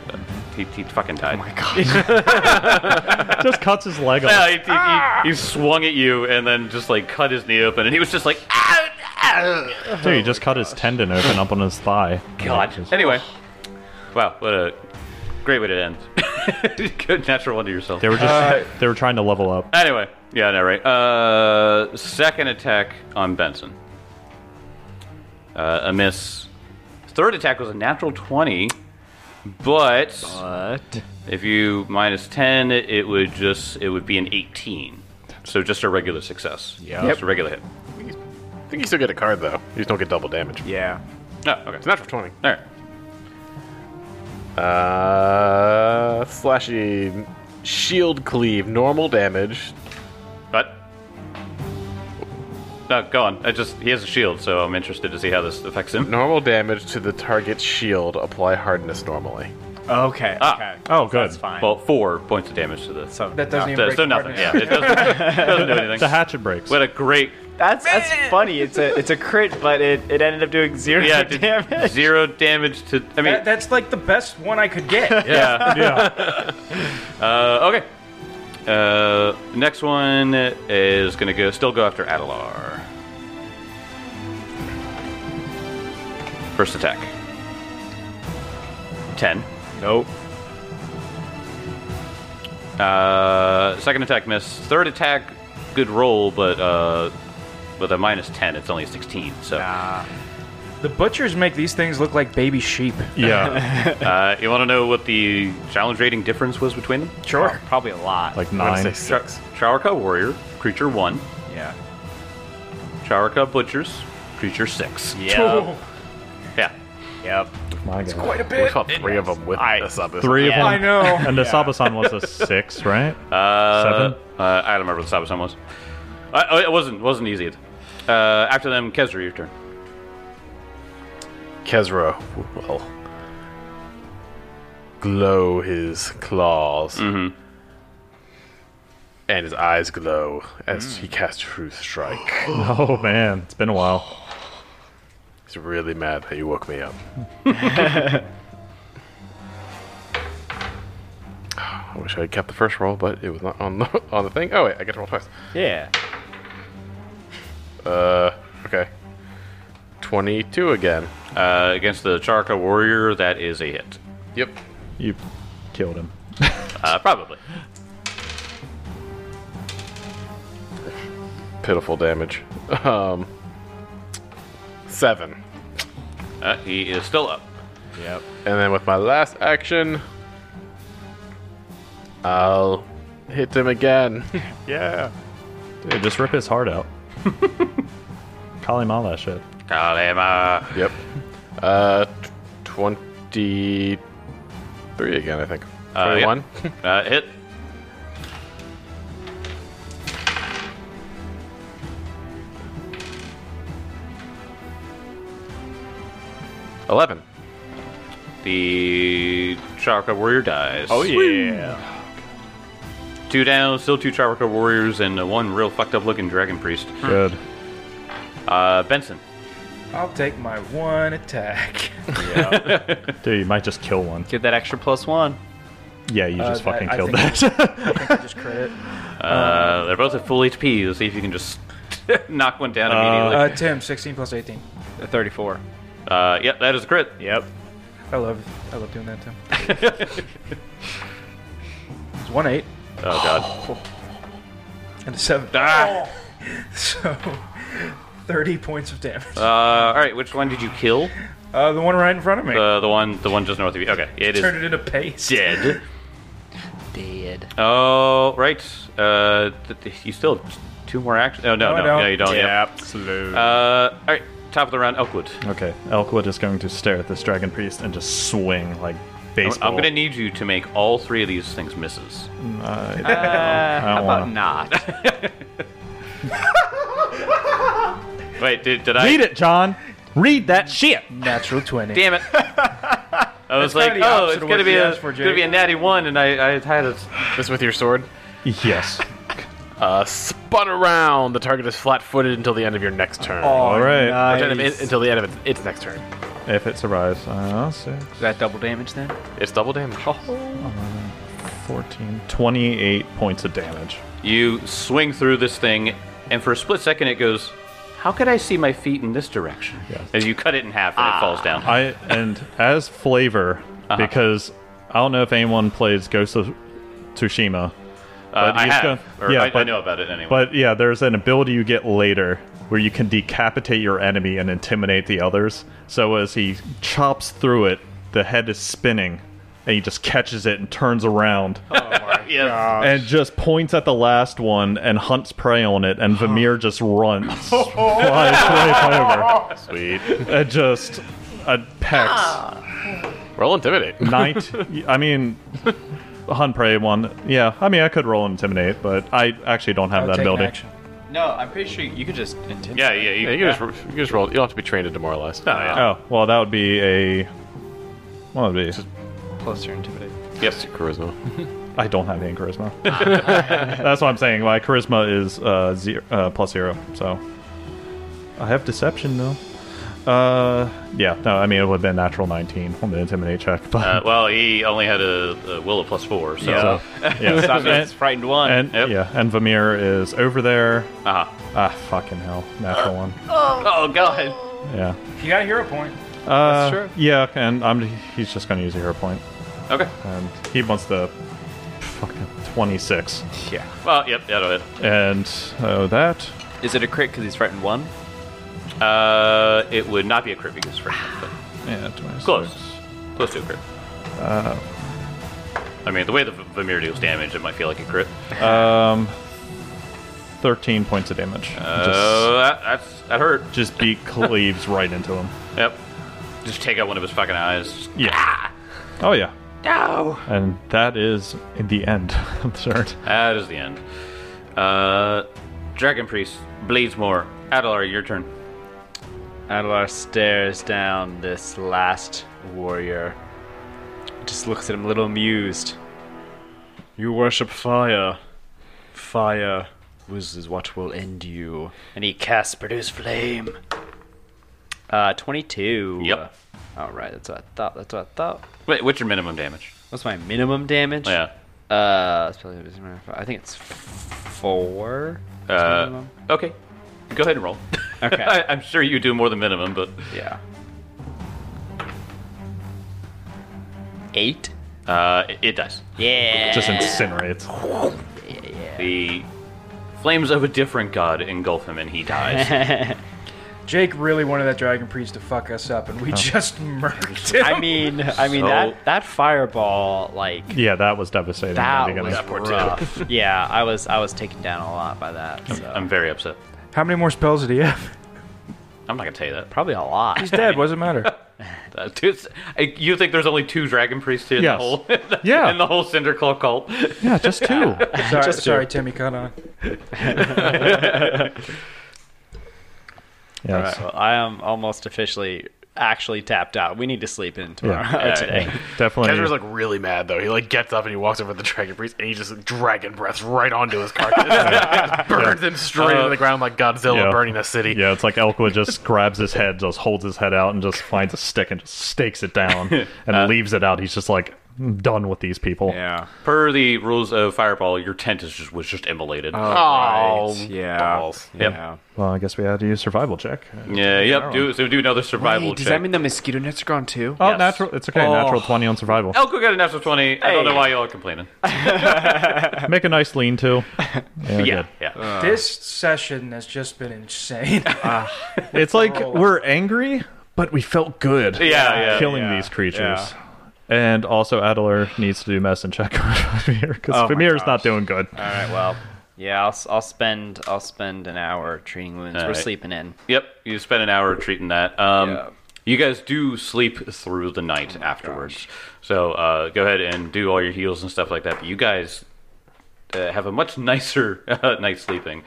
Speaker 1: He, he fucking died. Oh my god.
Speaker 3: Just cuts his leg off.
Speaker 1: he, he- he- he swung at you and then just like "Ah, cut his knee open, and he was just like, "Ow,
Speaker 3: Dude, he just cut his tendon open up on his thigh.
Speaker 1: God. Anyway, wow, what a great way to end. Good natural one to yourself.
Speaker 3: They were just they were trying to level up.
Speaker 1: Anyway, yeah, no, right. Uh, second attack on Benson. Uh, a miss. Third attack was a natural 20, but
Speaker 4: What?
Speaker 1: if you minus 10, it would just it would be an 18. So just a regular success. Yeah. Just a regular hit.
Speaker 5: I think you still get a card though. You just don't get double damage.
Speaker 6: Yeah.
Speaker 1: Oh, okay.
Speaker 5: It's natural twenty.
Speaker 1: All right.
Speaker 5: Uh, slashy shield cleave, normal damage.
Speaker 1: But no, go on. I just he has a shield, so I'm interested to see how this affects him.
Speaker 5: Normal damage to the target's shield. Apply hardness normally.
Speaker 6: Okay.
Speaker 1: Ah.
Speaker 6: Okay.
Speaker 3: Oh, good.
Speaker 6: That's fine.
Speaker 1: Well, four points of damage to the. So,
Speaker 6: so
Speaker 2: That doesn't even break
Speaker 1: so
Speaker 2: the
Speaker 1: nothing.
Speaker 2: hardness.
Speaker 1: Yeah, it doesn't, doesn't do
Speaker 3: The
Speaker 1: anything.
Speaker 3: hatchet breaks.
Speaker 1: What a great.
Speaker 6: that's that's funny. It's a it's a crit, but it, it ended up doing zero
Speaker 1: Yeah, it did
Speaker 6: damage.
Speaker 1: zero damage to. I mean,
Speaker 2: That, that's like the best one I could get.
Speaker 1: yeah.
Speaker 3: yeah.
Speaker 1: Uh, okay. Uh, next one is gonna go. Still go after Adelar. First attack. Ten.
Speaker 6: Nope.
Speaker 1: Uh, second attack miss. Third attack, good roll, but uh, with a minus ten, it's only a sixteen. So
Speaker 2: The butchers make these things look like baby sheep.
Speaker 3: Yeah.
Speaker 1: uh, you want to know what the challenge rating difference was between them?
Speaker 2: Sure.
Speaker 6: Probably a lot.
Speaker 3: Like
Speaker 5: I'm gonna
Speaker 3: nine.
Speaker 5: say six.
Speaker 1: Chaurka warrior, creature one.
Speaker 6: yeah.
Speaker 1: Chaurka butchers, creature six.
Speaker 6: Yep.
Speaker 1: Yeah.
Speaker 6: yep.
Speaker 3: My God.
Speaker 2: Quite a
Speaker 5: We
Speaker 2: bit.
Speaker 5: fought three of them with
Speaker 6: I-
Speaker 5: a sub.
Speaker 3: Three of
Speaker 6: Yeah.
Speaker 3: them.
Speaker 2: I know.
Speaker 3: And the Sabasan was a six, right?
Speaker 1: Uh,
Speaker 3: Seven?
Speaker 1: Uh, I don't remember what the stop sign was. Uh, oh, it wasn't wasn't easy. Either. Uh, after them, Kesri, your turn.
Speaker 5: Kezro will glow his claws, and his eyes glow as he casts Truth Strike.
Speaker 3: Oh man, it's been a while.
Speaker 5: He's really mad that you woke me up. I wish I had kept the first roll, but it was not on the on the thing. Oh wait, I get to roll twice.
Speaker 6: Yeah.
Speaker 5: Uh, okay, twenty-two again.
Speaker 1: Uh, against the Charka warrior, that is a hit.
Speaker 5: Yep.
Speaker 3: You killed him.
Speaker 1: Uh, probably.
Speaker 5: Pitiful damage. Um, seven.
Speaker 1: Uh, he is still up.
Speaker 6: Yep.
Speaker 5: And then with my last action, I'll hit him again.
Speaker 3: Yeah. Dude, just rip his heart out. Kalima that shit.
Speaker 1: Kalema.
Speaker 5: yep. Uh, t- 23 again, I think.
Speaker 1: Uh, yeah.
Speaker 5: 21?
Speaker 1: Uh, hit.
Speaker 5: Eleven.
Speaker 1: The Charka warrior dies.
Speaker 5: yeah.
Speaker 1: Two down, still two Charka warriors, and uh, one real fucked up looking dragon priest.
Speaker 3: Good.
Speaker 1: Uh, Benson.
Speaker 2: I'll take my one attack.
Speaker 3: Dude, you might just kill one.
Speaker 4: Get that extra plus one.
Speaker 3: Yeah, you
Speaker 2: Uh,
Speaker 3: just
Speaker 2: that-
Speaker 3: fucking
Speaker 2: I
Speaker 3: killed
Speaker 2: think-
Speaker 3: that.
Speaker 2: I think I just credit.
Speaker 1: Uh, they're both at full HP. Let's see if you can just knock one down immediately.
Speaker 2: Uh, Tim, 16 plus 18.
Speaker 6: A Thirty-four.
Speaker 1: Uh, yep, that is a crit.
Speaker 6: Yep.
Speaker 2: I love, I love doing that, Tim. it's one eight
Speaker 1: Oh god.
Speaker 2: and a seven.
Speaker 1: Ah.
Speaker 2: So, 30 points of damage.
Speaker 1: Uh, all right, which one did you kill?
Speaker 2: Uh, the one right in front of me.
Speaker 1: The the one the one just north of you. Okay, it
Speaker 2: Turned
Speaker 1: is
Speaker 2: it into paste.
Speaker 1: dead.
Speaker 4: Dead.
Speaker 1: Oh right. Uh, th- th- you still have two more actions. Oh no,
Speaker 2: No, I
Speaker 1: no,
Speaker 2: don't.
Speaker 1: no, you don't. Yeah.
Speaker 6: Absolutely.
Speaker 1: Uh, all right. Top of the round, Elkwood.
Speaker 3: okay, Elkwood is going to stare at this dragon priest and just swing like baseball.
Speaker 1: I'm gonna need you to make all three of these things misses.
Speaker 3: I don't
Speaker 4: About
Speaker 3: want
Speaker 4: not.
Speaker 1: Wait, did, did
Speaker 3: to
Speaker 1: I
Speaker 3: read it, John. Read that shit.
Speaker 2: Natural 20.
Speaker 1: Damn it! I was like,
Speaker 2: kinda the
Speaker 1: oh,
Speaker 2: opposite
Speaker 1: it's
Speaker 2: of
Speaker 1: gonna
Speaker 2: what
Speaker 1: be
Speaker 2: you
Speaker 1: a
Speaker 2: asked for,
Speaker 1: gonna be a
Speaker 2: Jake.
Speaker 1: natty one, and I I had a
Speaker 5: This with your sword.
Speaker 3: Yes.
Speaker 5: Uh, spun around. The target is flat-footed until the end of your next turn.
Speaker 3: All right.
Speaker 5: Or until the- Until the end of its, its next turn.
Speaker 3: If it survives, uh, six,
Speaker 6: that double damage then?
Speaker 5: It's double damage.
Speaker 3: 14, 28 points of damage.
Speaker 1: You swing through this thing, and for a split second, it goes How could I see my feet in this direction?
Speaker 3: Yes.
Speaker 1: And you cut it in half and it
Speaker 3: Ah.
Speaker 1: falls down.
Speaker 3: I and as flavor because I don't know if anyone plays Ghost of Tsushima,
Speaker 1: Uh, I
Speaker 3: you just
Speaker 1: have.
Speaker 3: go-
Speaker 1: or
Speaker 3: yeah,
Speaker 1: I, I
Speaker 3: but-
Speaker 1: know about it anyway.
Speaker 3: but yeah, there's an ability you get later where you can decapitate your enemy and intimidate the others. So as he chops through it, the head is spinning, and he just catches it and turns around
Speaker 1: yes.
Speaker 3: and just points at the last one and hunts prey on it, and Vamir just runs, flies
Speaker 5: Sweet.
Speaker 3: straight over, and just uh, pecks.
Speaker 5: Roll intimidate.
Speaker 3: Knight. I mean, hunt prey one. Yeah, I mean I could roll intimidate, but I actually don't have
Speaker 2: I'll
Speaker 3: that
Speaker 2: take an
Speaker 3: ability.
Speaker 2: action.
Speaker 6: No, I'm pretty sure you could just intimidate.
Speaker 1: Yeah, yeah. You,
Speaker 5: Yeah, you, can just, you can just roll. You don't have to be trained to demoralize.
Speaker 1: No, yeah.
Speaker 3: Oh well, that would be a. What would it be?
Speaker 6: Plus your intimidate.
Speaker 1: Yes.
Speaker 5: Charisma.
Speaker 3: I don't have any charisma. That's what I'm saying. My charisma is uh, zero, uh, plus zero, so I have deception though. Uh, yeah, no, I mean it would have been natural 19 on the intimidate check, but
Speaker 1: Uh, well, he only had a, a will of plus four, so.
Speaker 3: so, yeah,
Speaker 4: Stop it, it's frightened one.
Speaker 3: and
Speaker 1: Yep.
Speaker 3: yeah, and Vamir is over there.
Speaker 1: Uh-huh.
Speaker 3: Ah, fucking hell, natural one.
Speaker 1: Oh, God.
Speaker 3: Yeah.
Speaker 2: You got a hero point.
Speaker 3: Uh,
Speaker 6: true.
Speaker 3: Yeah, and I'm. He's just gonna use a hero point,
Speaker 1: Okay.
Speaker 3: and he wants the fucking twenty-six,
Speaker 1: Well, yep, that'll hit.
Speaker 3: and oh that.
Speaker 4: Is it a crit because he's frightened one?
Speaker 1: Uh, it would not be a crit because for but
Speaker 3: Yeah, 26.
Speaker 1: Close. close to a crit.
Speaker 3: Uh.
Speaker 1: I mean, the way the V- Vamir deals damage, it might feel like a crit.
Speaker 3: Thirteen points of damage.
Speaker 1: Uh, that, that's that hurt.
Speaker 3: just, just beat cleaves right into him.
Speaker 1: Yep. Just take out one of his fucking eyes.
Speaker 3: Yeah. Oh yeah. No. And that is in the end of the turn.
Speaker 1: That is the end. Uh, Dragon Priest bleeds more. Adelar, your turn.
Speaker 4: Adelar stares down this last warrior. Just looks at him a little amused. You worship fire. Fire was is what will end you. And he casts produce flame. Uh, 22.
Speaker 1: Yep.
Speaker 4: Alright, that's what I thought. That's what I thought.
Speaker 1: Wait, what's your minimum damage?
Speaker 4: What's my minimum damage?
Speaker 1: Yeah.
Speaker 4: Uh, it's probably- I think it's four.
Speaker 1: Uh, okay. Go ahead and roll.
Speaker 4: Okay.
Speaker 1: I, I'm sure you do more than minimum, but
Speaker 4: Yeah. Eight?
Speaker 1: uh, it, it does.
Speaker 4: Yeah.
Speaker 3: Just incinerates.
Speaker 1: The flames of a different god engulf him and he dies.
Speaker 2: Jake really wanted that dragon priest to fuck us up, and we just murked him.
Speaker 4: I mean, I mean
Speaker 1: So-
Speaker 4: that that fireball like
Speaker 3: Yeah, that was devastating. in the
Speaker 4: that
Speaker 3: beginning.
Speaker 4: was rough. yeah, I was I was taken down a lot by that. So.
Speaker 1: I'm very upset.
Speaker 2: How many more spells did he have?
Speaker 1: I'm not gonna tell you that.
Speaker 4: Probably a lot.
Speaker 2: He's dead. What does it matter?
Speaker 1: Uh, dude, it's- I- you think there's only two dragon priests here in
Speaker 3: Yes.
Speaker 1: the whole,
Speaker 3: Yeah.
Speaker 1: in the whole Cinderclaw cult?
Speaker 3: yeah, just two.
Speaker 2: sorry, sorry, Timmy, cut on.
Speaker 3: yes.
Speaker 4: Well, I am almost officially actually tapped out. We need to sleep in tomorrow
Speaker 3: Yeah.
Speaker 4: or today.
Speaker 3: Definitely.
Speaker 5: Ezra's like really mad though. He like gets up and he walks over to the dragon priest and he just dragon breaths right onto his carcass, burns him straight
Speaker 1: Uh,
Speaker 5: into the ground like Godzilla
Speaker 3: Yeah.
Speaker 5: burning a city.
Speaker 3: Yeah, it's like Elkwood just grabs his head, just holds his head out, and just finds a stick and just stakes it down and leaves it out. He's just like "I'm done with these people.
Speaker 6: Yeah.
Speaker 1: Per the rules of Fireball, your tent is just was just immolated.
Speaker 5: Oh,
Speaker 6: yeah.
Speaker 5: balls.
Speaker 1: Yep.
Speaker 6: Yeah.
Speaker 3: Well, I guess we had to use survival check.
Speaker 1: yeah, yep. Do so do another survival
Speaker 6: Hey, does
Speaker 1: check.
Speaker 6: that mean the mosquito nets are gone too?
Speaker 3: Oh,
Speaker 1: Yes.
Speaker 3: natural. It's okay. Natural twenty on survival.
Speaker 1: Elko got a natural twenty. I don't know why y'all are complaining.
Speaker 3: Make a nice lean to. Yeah,
Speaker 1: Yeah, yeah.
Speaker 2: This session has just been insane.
Speaker 3: good. it's like we're angry, but we felt good.
Speaker 1: Yeah, yeah,
Speaker 3: killing
Speaker 6: yeah,
Speaker 3: these creatures. And also, Adler needs to do medicine check on Vamir because
Speaker 6: Oh my
Speaker 3: Vamir's not
Speaker 6: gosh.
Speaker 3: doing good.
Speaker 4: All right. Well, yeah. I'll, s- I'll spend I'll spend an hour treating wounds.
Speaker 1: All
Speaker 4: We're
Speaker 1: right.
Speaker 4: sleeping in.
Speaker 1: Yep, you spend an hour treating that. Um,
Speaker 4: Yeah.
Speaker 1: You guys do sleep through the night afterwards, so uh, go ahead and do all your heals and stuff like that. But you guys uh, have a much nicer night sleeping.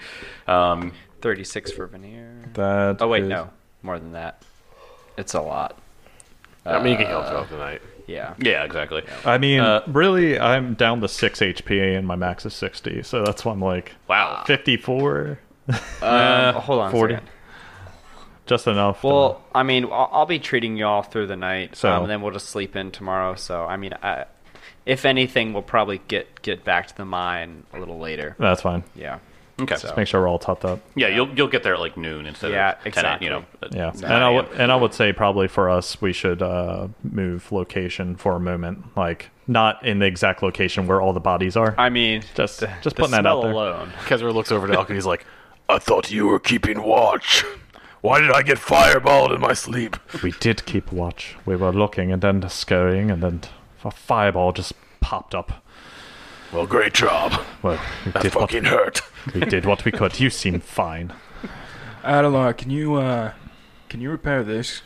Speaker 1: Um,
Speaker 4: Thirty six for veneer.
Speaker 3: That
Speaker 4: Oh wait,
Speaker 3: is-
Speaker 4: no, more than that. It's a lot. Uh,
Speaker 5: I mean, you can heal throughout the night.
Speaker 4: Yeah.
Speaker 1: yeah, exactly.
Speaker 3: I mean,
Speaker 1: Uh,
Speaker 3: really, I'm down to six HP and my max is sixty, so that's why I'm like
Speaker 1: Wow.
Speaker 3: Ah, 54,
Speaker 4: Uh, hold on. a
Speaker 3: 40.
Speaker 4: second.
Speaker 3: just enough. to-
Speaker 4: Well, I mean, I'll, I'll be treating y'all through the night,
Speaker 3: So-
Speaker 4: um, and then we'll just sleep in tomorrow. So, I mean, I, if anything, we'll probably get get back to the mine a little later.
Speaker 3: Uh, that's fine.
Speaker 4: Yeah.
Speaker 1: Okay.
Speaker 3: Just make sure we're all topped up.
Speaker 1: Yeah, you'll you'll get there at like noon instead
Speaker 4: Yeah,
Speaker 1: of 10,
Speaker 4: exactly.
Speaker 1: you know. but-
Speaker 3: Yeah, and I would and I would say probably for us we should uh, move location for a moment, like not in the exact location where all the bodies are.
Speaker 4: I mean,
Speaker 3: just
Speaker 4: the-
Speaker 3: just
Speaker 4: the
Speaker 3: putting that out
Speaker 4: smell
Speaker 3: there.
Speaker 4: alone.
Speaker 5: Kezra looks over to Elk and he's like, I thought you were keeping watch. Why did I get fireballed in my sleep?
Speaker 3: We did keep watch. We were looking and then scurrying, and then a fireball just popped up.
Speaker 5: Well, great job.
Speaker 3: Well, we
Speaker 5: That
Speaker 3: did what
Speaker 5: fucking hurt.
Speaker 3: we did what we could. You seem fine.
Speaker 2: Adelar, can you uh, can you repair this?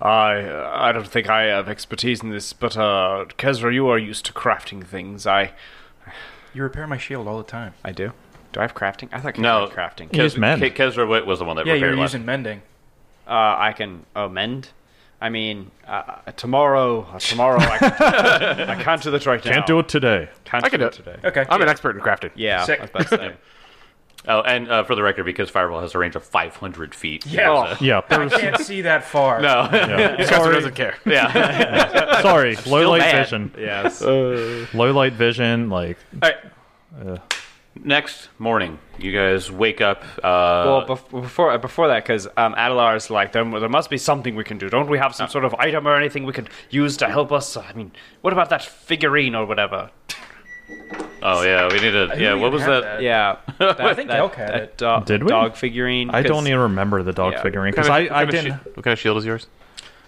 Speaker 4: I I don't think I have expertise in this, but uh, Kezra, you are used to crafting things. I
Speaker 2: You repair my shield all the time.
Speaker 4: I do. Do I have crafting? I thought Kezra
Speaker 1: No.
Speaker 4: had crafting.
Speaker 3: Yeah. Use men.
Speaker 1: Ke- Kezra Witt was the one that
Speaker 2: Yeah,
Speaker 1: repaired
Speaker 2: you're
Speaker 1: last.
Speaker 2: using mending.
Speaker 4: Uh, I can amend. I mean, uh, tomorrow, uh, tomorrow I, can, I can't do this right now.
Speaker 3: Can't do it today.
Speaker 4: Can't
Speaker 5: I can
Speaker 4: do
Speaker 5: do
Speaker 4: it
Speaker 5: it.
Speaker 4: today.
Speaker 2: Okay.
Speaker 5: I'm an expert in crafting.
Speaker 4: Yeah,
Speaker 2: Sick.
Speaker 4: I was about to say.
Speaker 1: Oh, and uh, for the record, because Fireball has a range of 500 feet.
Speaker 2: Yeah.
Speaker 3: Yeah,
Speaker 2: I can't see that far.
Speaker 1: No.
Speaker 3: yeah.
Speaker 5: Kezra
Speaker 3: sorry,
Speaker 5: doesn't care.
Speaker 1: yeah.
Speaker 3: sorry. Low light
Speaker 1: mad.
Speaker 3: vision.
Speaker 4: yes.
Speaker 3: Low light vision. Like
Speaker 1: Next morning, you guys wake up. Uh,
Speaker 4: well, bef- before uh, before that, because um, Adelar's like, there, there must be something we can do. Don't we have some sort of item or anything we could use to help us? I mean, what about that figurine or whatever?
Speaker 1: oh yeah, we need a. Yeah,
Speaker 2: we
Speaker 1: what was
Speaker 2: had
Speaker 1: that?
Speaker 2: that.
Speaker 4: Yeah, that, I
Speaker 2: think
Speaker 4: that,
Speaker 2: Elk had
Speaker 4: that
Speaker 2: it.
Speaker 4: dog-
Speaker 3: Did we?
Speaker 4: dog figurine.
Speaker 3: I
Speaker 4: 'cause-
Speaker 3: don't even remember the dog
Speaker 4: Yeah.
Speaker 3: figurine
Speaker 5: What
Speaker 3: because I,
Speaker 5: kind of-
Speaker 3: I
Speaker 5: what kind of
Speaker 3: didn't.
Speaker 5: shi- what kind of shield is yours?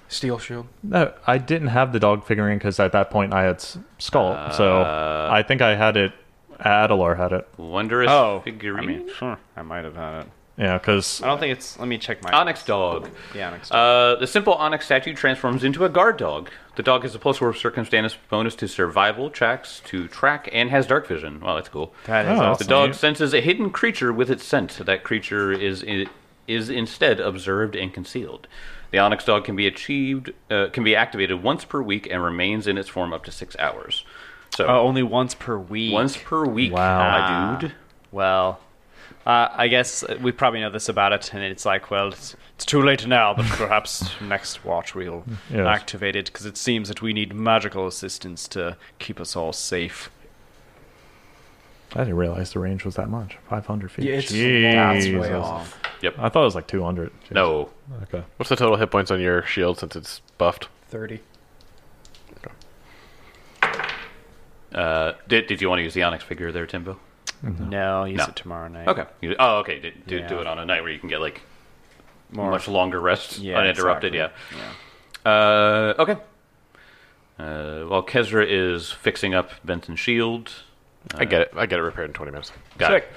Speaker 2: Steel shield.
Speaker 3: No, I didn't have the dog figurine because at that point I had s- skull, so I think I had it. Adelar had it.
Speaker 1: Wondrous
Speaker 4: Oh,
Speaker 1: figurine.
Speaker 4: I mean, sure, I might have had it.
Speaker 3: Yeah, because
Speaker 4: I don't think it's. Let me check my
Speaker 1: Onyx dog.
Speaker 4: Yeah, onyx. dog.
Speaker 1: Uh, the simple onyx statue transforms into a guard dog. The dog has a plus four circumstance bonus to survival, tracks to track, and has dark vision. Wow, that's cool.
Speaker 4: that is
Speaker 3: oh.
Speaker 1: The
Speaker 4: awesome.
Speaker 1: dog
Speaker 3: neat.
Speaker 1: senses a hidden creature with its scent. That creature is is instead observed and concealed. The onyx dog can be achieved uh, can be activated once per week and remains in its form up to six hours. So
Speaker 4: Uh, only once per week.
Speaker 1: once per week,
Speaker 3: Wow.
Speaker 1: my dude.
Speaker 4: Ah. Well, uh, I guess we probably know this about it, and it's like, well, it's, it's too late now, but perhaps next watch we'll
Speaker 3: Yes.
Speaker 4: activate it because it seems that we need magical assistance to keep us all safe.
Speaker 3: I didn't realize the range was that much. Five hundred feet.
Speaker 2: Yeah, it's
Speaker 3: Jesus.
Speaker 2: that's way off.
Speaker 3: I thought it was like two hundred.
Speaker 1: No,
Speaker 3: Okay.
Speaker 5: What's the total hit points on your shield since it's buffed?
Speaker 2: Thirty.
Speaker 1: uh, did did you want to use the onyx figure there, Timbo?
Speaker 4: No, use
Speaker 1: Mm-hmm. No.
Speaker 4: it tomorrow night.
Speaker 1: Okay. You- oh, okay. Did, did
Speaker 4: Yeah.
Speaker 1: do it on a night where you can get like
Speaker 4: More.
Speaker 1: much longer rest
Speaker 4: Yeah,
Speaker 1: uninterrupted.
Speaker 4: exactly.
Speaker 1: Yeah. Uh, okay. Uh, while Kezra is fixing up Benson's shield,
Speaker 5: I get it. I get it repaired in 20 minutes.
Speaker 1: got it.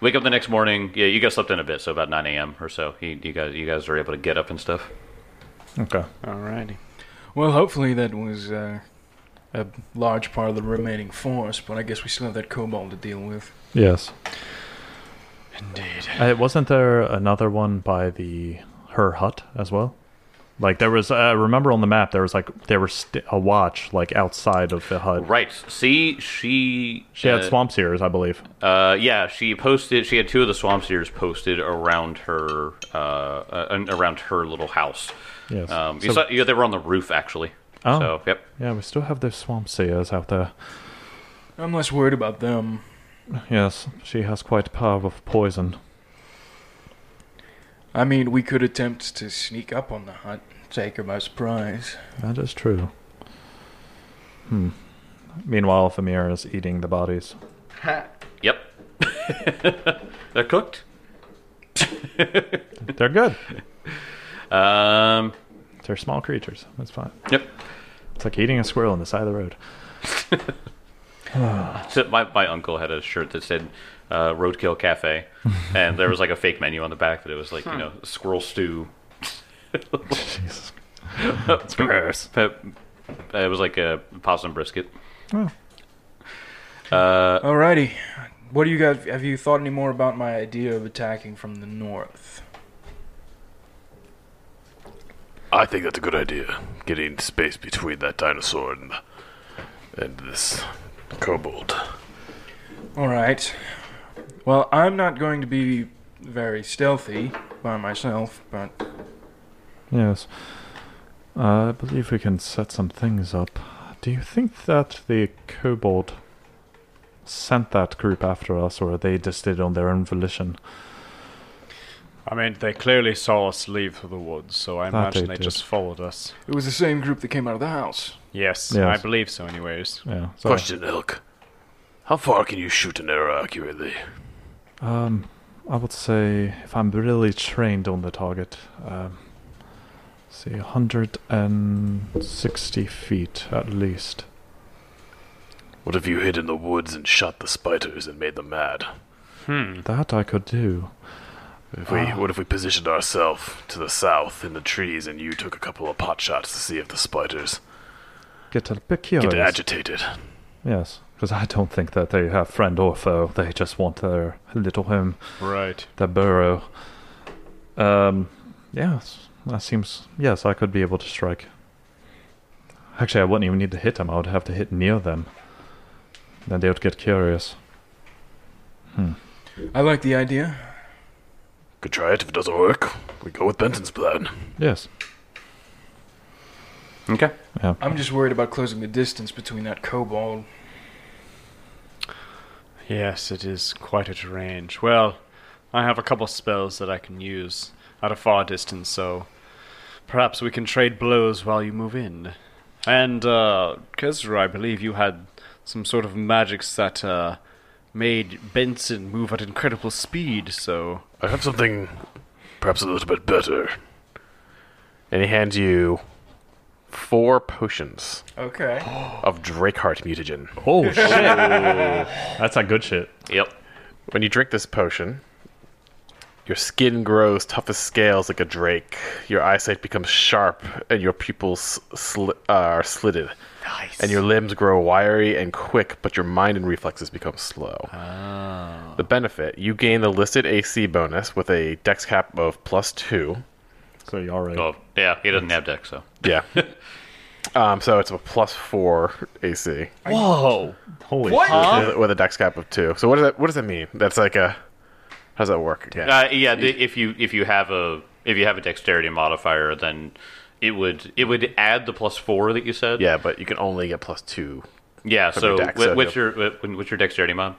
Speaker 1: Wake up the next morning. Yeah, you guys slept in a bit, so about 9 a.m. or so. You, you guys, you guys are able to get up and stuff.
Speaker 3: Okay.
Speaker 4: Alrighty.
Speaker 2: Well, hopefully that was uh, a large part of the remaining force, but I guess we still have that cobalt to deal with.
Speaker 3: Yes.
Speaker 4: Indeed.
Speaker 3: Uh, wasn't there another one by the her hut as well? Like there was. Uh, remember on the map there was like there was st- a watch like outside of the hut.
Speaker 1: Right. See, she
Speaker 3: She had
Speaker 1: uh,
Speaker 3: swamp seers, I believe.
Speaker 1: Uh, yeah, she posted. She had two of the swamp seers posted around her, uh, uh, and around her little house.
Speaker 3: Yes.
Speaker 1: Um, you
Speaker 3: So-
Speaker 1: saw, yeah, they were on the roof actually.
Speaker 3: Oh.
Speaker 1: So, yep.
Speaker 3: Yeah, we still have those swamp seers out there.
Speaker 2: I'm less worried about them.
Speaker 3: Yes, she has quite a power of poison.
Speaker 2: I mean, we could attempt to sneak up on the hut, take her by surprise.
Speaker 3: That is true. Hmm. Meanwhile, Famir is eating the bodies.
Speaker 1: Yep. They're cooked.
Speaker 3: They're good.
Speaker 1: Um,
Speaker 3: They're small creatures. That's fine.
Speaker 1: yep.
Speaker 3: It's like eating a squirrel on the side of the road.
Speaker 1: So my, my uncle had a shirt that said uh, Roadkill Cafe, and there was like a fake menu on the back that it was like, you know, squirrel stew.
Speaker 3: Jesus.
Speaker 1: That's gross. It was like a possum brisket. Uh,
Speaker 3: Oh.
Speaker 2: Alrighty. What do you guys have you thought any more about my idea of attacking from the north?
Speaker 5: I think that's a good idea. Getting space between that dinosaur and, and this kobold.
Speaker 2: Alright. Well, I'm not going to be very stealthy by myself, but
Speaker 3: Yes. Uh, I believe we can set some things up. Do you think that the kobold sent that group after us, or they just did it on their own volition.
Speaker 8: I mean, they clearly saw us leave for the woods, so I
Speaker 3: That they
Speaker 8: imagine they
Speaker 3: did.
Speaker 8: just followed us.
Speaker 2: It was the same group that came out of the house.
Speaker 8: Yes,
Speaker 3: Yes.
Speaker 8: I believe so, anyways.
Speaker 3: Yeah. So,
Speaker 5: Question, Elk. How far can you shoot an arrow accurately?
Speaker 3: Um, I would say if I'm really trained on the target, um, say 160 feet at least.
Speaker 5: What if you hid in the woods and shot the spiders and made them mad?
Speaker 3: That I could do.
Speaker 5: If we, what if we positioned ourselves to the south in the trees and you took a couple of pot shots to see if the spiders
Speaker 3: Get a bit
Speaker 5: get
Speaker 3: curious.
Speaker 5: agitated?
Speaker 3: yes, because I don't think that they have friend or foe. They just want their little home,
Speaker 8: Right.
Speaker 3: their burrow. Um, yes, that seems. Yes, I could be able to strike. Actually, I wouldn't even need to hit them. I would have to hit near them. Then they would get curious.
Speaker 2: I like the idea.
Speaker 5: Could try it if it doesn't work. We go with Benton's plan.
Speaker 3: Yes.
Speaker 1: Okay.
Speaker 3: Yeah.
Speaker 2: I'm just worried about closing the distance between that kobold.
Speaker 8: Yes, it is quite a range. Well, I have a couple spells that I can use at a far distance, so perhaps we can trade blows while you move in. And, uh, Kezra, I believe you had some sort of magics that, uh, made Benson move at incredible speed, so.
Speaker 5: I have something perhaps a little bit better. And he hands you four potions
Speaker 2: Okay.
Speaker 5: of Drakeheart mutagen.
Speaker 3: Oh shit! That's a good shit.
Speaker 1: Yep.
Speaker 5: When you drink this potion, your skin grows tough as scales like a drake. Your eyesight becomes sharp, and your pupils sli- uh, are slitted. Nice. And your limbs grow wiry and quick, but your mind and reflexes become slow. The benefit: you gain the listed AC bonus with a dex cap of plus two.
Speaker 3: So you already.
Speaker 1: Well, Oh, yeah, he doesn't have deck, so.
Speaker 5: Yeah. um, so it's a plus four AC
Speaker 8: Whoa!
Speaker 3: Holy
Speaker 5: with, with a dex cap of two. So what does that what does that mean? That's like a how does that work again?
Speaker 1: Uh, yeah, the, if you if you have a if you have a dexterity modifier, then it would it would add the plus four that you said.
Speaker 5: yeah, but you can only get plus two.
Speaker 1: Yeah.
Speaker 5: your
Speaker 1: So,
Speaker 5: dex,
Speaker 1: wh-
Speaker 5: so
Speaker 1: what's your wh- what's your dexterity mod?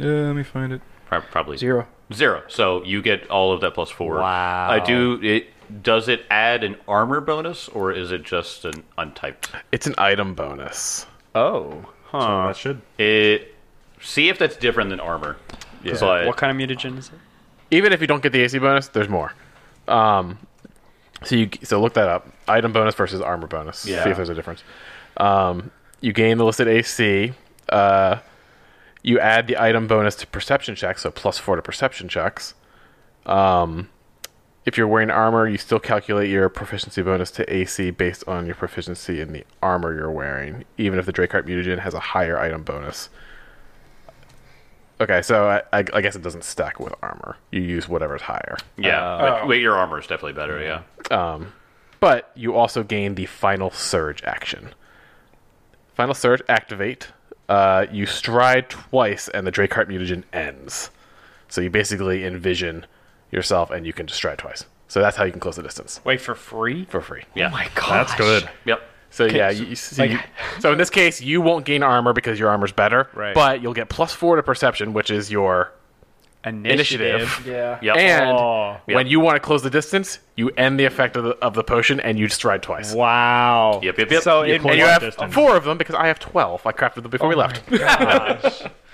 Speaker 2: Uh, let me find it.
Speaker 1: Pro- Probably
Speaker 2: Zero.
Speaker 1: Zero. So you get all of that plus four.
Speaker 4: Wow.
Speaker 1: I do. It does it add an armor bonus or is it just an untyped?
Speaker 5: It's an item bonus.
Speaker 8: Oh. Huh.
Speaker 3: that should.
Speaker 1: It. See if that's different than armor. Yeah.
Speaker 8: what kind of mutagen is it?
Speaker 5: Even if you don't get the AC bonus, there's more. Um, so you so look that up. Item bonus versus armor bonus.
Speaker 1: Yeah.
Speaker 5: See if there's a difference. Um, you gain the listed AC. Uh, you add the item bonus to perception checks, so plus four to perception checks. Um, if you're wearing armor, you still calculate your proficiency bonus to AC based on your proficiency in the armor you're wearing, even if the Drakeheart mutagen has a higher item bonus. Okay, so I, I, I guess it doesn't stack with armor. You use whatever's higher.
Speaker 1: Yeah. but-
Speaker 2: Oh.
Speaker 1: Wait, your armor is definitely better. Yeah.
Speaker 5: Um, but you also gain the final surge action. Final surge activate. Uh, you stride twice, and the Drakeheart mutagen ends. So you basically envision yourself, and you can just stride twice. So that's how you can close the distance
Speaker 8: Wait, for free?
Speaker 5: for free.
Speaker 1: Yeah.
Speaker 3: That's good.
Speaker 1: Yep.
Speaker 5: So yeah, you, you see, so in this case, you won't gain armor because your armor's better,
Speaker 8: Right.
Speaker 5: but you'll get plus four to perception, which is your
Speaker 8: Initiative.
Speaker 5: initiative.
Speaker 2: Yeah.
Speaker 1: Yep.
Speaker 5: And
Speaker 8: Oh.
Speaker 5: when you want to close the distance, you end the effect of the, of the potion, and you stride twice.
Speaker 8: Wow.
Speaker 1: Yep, yep, yep.
Speaker 8: So
Speaker 1: You
Speaker 8: it
Speaker 5: And you
Speaker 8: was-
Speaker 5: have four of them because I have twelve. I crafted them before we left.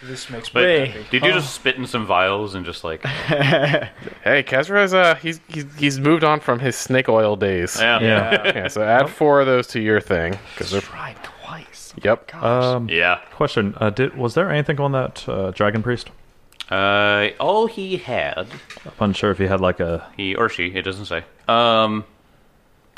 Speaker 2: This makes me
Speaker 1: But
Speaker 2: happy.
Speaker 1: did you just spit in some vials and just like
Speaker 5: hey, Kezra's uh, he's, he's he's moved on from his snake oil days.
Speaker 1: yeah.
Speaker 3: Yeah.
Speaker 5: Yeah, so add four of those to your thing because they're
Speaker 4: Tried twice.
Speaker 5: yep. Uh,
Speaker 3: Um,
Speaker 1: Yeah.
Speaker 3: question: uh, Did was there anything on that uh, dragon priest?
Speaker 1: Uh, all he had,
Speaker 3: I'm unsure if he had like a.
Speaker 1: he or she, it doesn't say. Um,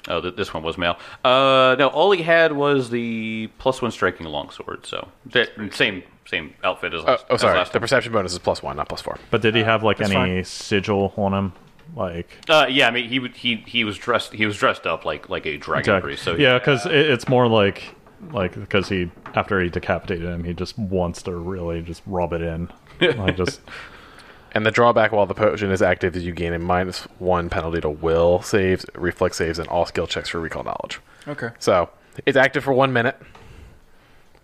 Speaker 1: oh, th- this one was male. Uh, no, all he had was the plus one striking longsword. So that same same outfit as
Speaker 5: Oh,
Speaker 1: last.
Speaker 5: oh,
Speaker 1: as
Speaker 5: sorry.
Speaker 1: last
Speaker 5: The perception bonus is plus one, not plus four.
Speaker 3: But did he have like
Speaker 2: that's
Speaker 3: any
Speaker 2: fine.
Speaker 3: sigil on him? Like
Speaker 1: uh, yeah, I mean he would- he he was dressed he was dressed up like like a dragon
Speaker 3: Jack-
Speaker 1: priest. So
Speaker 3: yeah, because it, it's more like like because he after he decapitated him, he just wants to really just rub it in. like just
Speaker 5: And the drawback while the potion is active is you gain a minus one penalty to will saves, reflex saves, and all skill checks for recall knowledge.
Speaker 2: Okay.
Speaker 5: So it's active for one minute,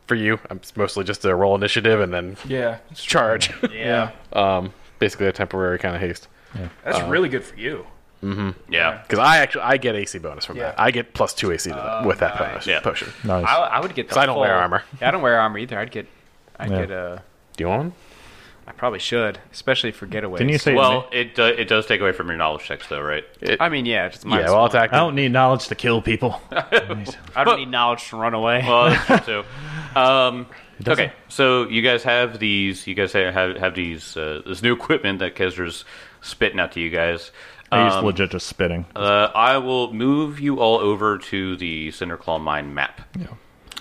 Speaker 5: for you. I'm it's mostly just a roll initiative and then
Speaker 2: Yeah.
Speaker 5: charge.
Speaker 2: Yeah.
Speaker 5: um, basically a temporary kind of haste.
Speaker 2: That's
Speaker 8: Uh,
Speaker 2: really good for you.
Speaker 1: Yeah.
Speaker 5: Because I actually I get AC bonus from
Speaker 2: Yeah.
Speaker 5: that. I get plus two AC to that with that bonus
Speaker 1: Yeah.
Speaker 5: potion.
Speaker 3: Nice.
Speaker 6: I, I would get the
Speaker 5: 'Cause I don't
Speaker 6: full-
Speaker 5: wear armor.
Speaker 6: Yeah, I don't wear armor either. I'd get, I'd
Speaker 3: Yeah.
Speaker 6: get a.
Speaker 5: Do you want? One?
Speaker 6: I probably should, especially for getaways.
Speaker 3: Didn't you say?
Speaker 1: Well, it uh, it does take away from your knowledge checks, though, right?
Speaker 6: I mean, yeah, just
Speaker 5: Yeah,
Speaker 6: minus
Speaker 5: well, I'll
Speaker 6: one.
Speaker 5: attack.
Speaker 3: I don't need knowledge to kill people.
Speaker 6: I don't need knowledge to run away.
Speaker 1: Well, Uh, that's true too. Um,
Speaker 3: doesn't-
Speaker 1: okay, so you guys have these. You guys have have these uh, this new equipment that Kezra's spitting out to you guys.
Speaker 3: He's
Speaker 1: Um,
Speaker 3: legit just spitting.
Speaker 1: Uh, I will move you all over to the Cinderclaw Mine map.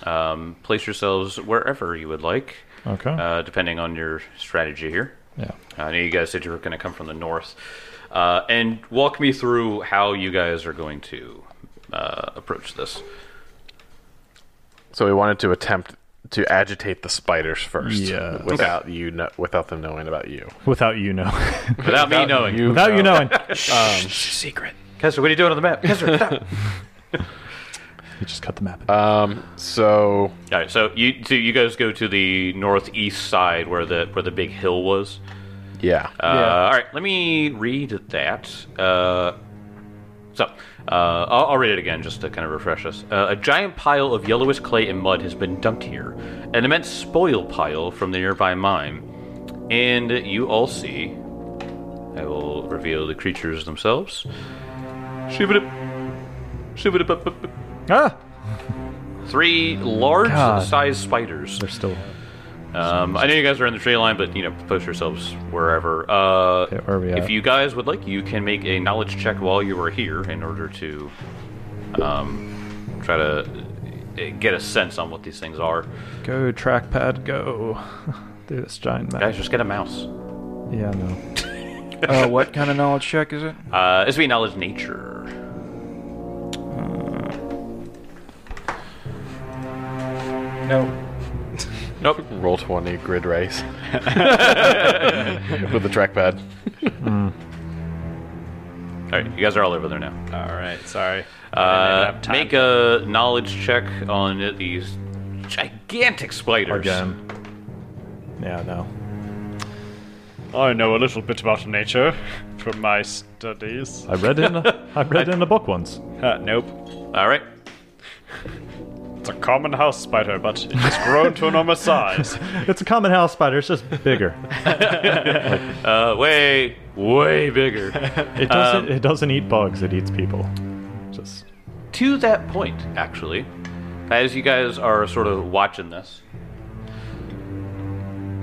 Speaker 1: Um, place yourselves wherever you would like,
Speaker 3: Okay.
Speaker 1: uh, depending on your strategy here.
Speaker 3: yeah.
Speaker 1: I know you guys said you were going to come from the north. Uh, and walk me through how you guys are going to uh, approach this.
Speaker 5: So we wanted to attempt to agitate the spiders first,
Speaker 3: Yeah.
Speaker 5: without you, kno- without them knowing about you.
Speaker 3: Without you knowing.
Speaker 1: Without me knowing. You.
Speaker 3: Without you knowing.
Speaker 1: Kessler, what are you doing on the map? Kessler, stop.
Speaker 3: You just cut the map.
Speaker 5: Um, so
Speaker 1: All right, so you so you guys go to the northeast side where the where the big hill was.
Speaker 5: yeah,
Speaker 1: Uh, All right, let me read that. Uh, so, uh, I'll, I'll read it again just to kind of refresh us. Uh, a giant pile of yellowish clay and mud has been dumped here, an immense spoil pile from the nearby mine. And you all see. I will reveal the creatures themselves. Shibbidip. Shibbidip.
Speaker 3: ah,
Speaker 1: Three large
Speaker 3: God.
Speaker 1: sized spiders.
Speaker 3: they're still
Speaker 1: Um, I know you guys are in the tree line, but you know, post yourselves wherever. Uh,
Speaker 3: Okay, where are we
Speaker 1: if
Speaker 3: at?
Speaker 1: you guys would like, you can make a knowledge check while you are here in order to um, try to uh, get a sense on what these things are.
Speaker 3: go trackpad go through this giant map.
Speaker 1: Guys, just get a mouse.
Speaker 3: Yeah, no.
Speaker 2: Uh, what kind of knowledge check is it?
Speaker 1: Uh, this would be knowledge nature.
Speaker 2: No.
Speaker 1: Nope.
Speaker 5: roll twenty grid race with the trackpad.
Speaker 1: All right, you guys are all over there now.
Speaker 6: All right, sorry.
Speaker 1: Uh, make a knowledge check on these gigantic spiders.
Speaker 3: Again. Yeah, no.
Speaker 8: I know a little bit about nature from my studies.
Speaker 3: I read it in a, I read it in a book once.
Speaker 8: Uh, nope.
Speaker 1: All right.
Speaker 8: It's a common house spider, but it has grown to enormous size.
Speaker 3: It's a common house spider. It's just bigger.
Speaker 1: Uh, way, way bigger.
Speaker 3: It doesn't. it doesn't eat bugs. It eats people. Just
Speaker 1: to that point, actually, as you guys are sort of watching this,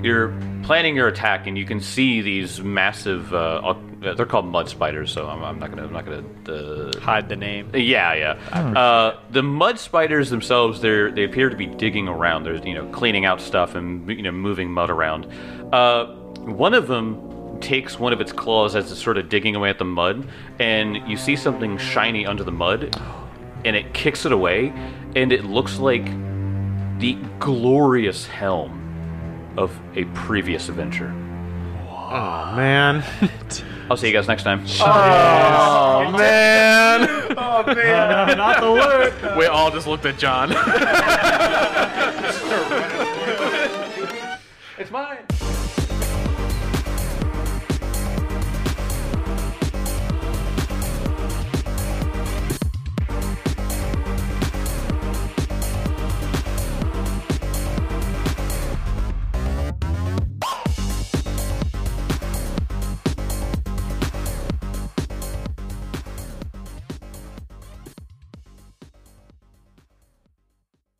Speaker 1: you're planning your attack, and you can see these massive. Uh, oc- uh, they're called mud spiders, so I'm, I'm not gonna. I'm not gonna. Uh,
Speaker 6: hide the name.
Speaker 1: yeah, yeah. Uh, the mud spiders themselves, they they appear to be digging around. They're you know cleaning out stuff and you know moving mud around. Uh, one of them takes one of its claws as it's sort of digging away at the mud, and you see something shiny under the mud, and it kicks it away, and it looks like the glorious helm of a previous adventure.
Speaker 3: man.
Speaker 1: I'll see you guys next time.
Speaker 3: Not the loot.
Speaker 5: We all just looked at John.
Speaker 1: It's mine.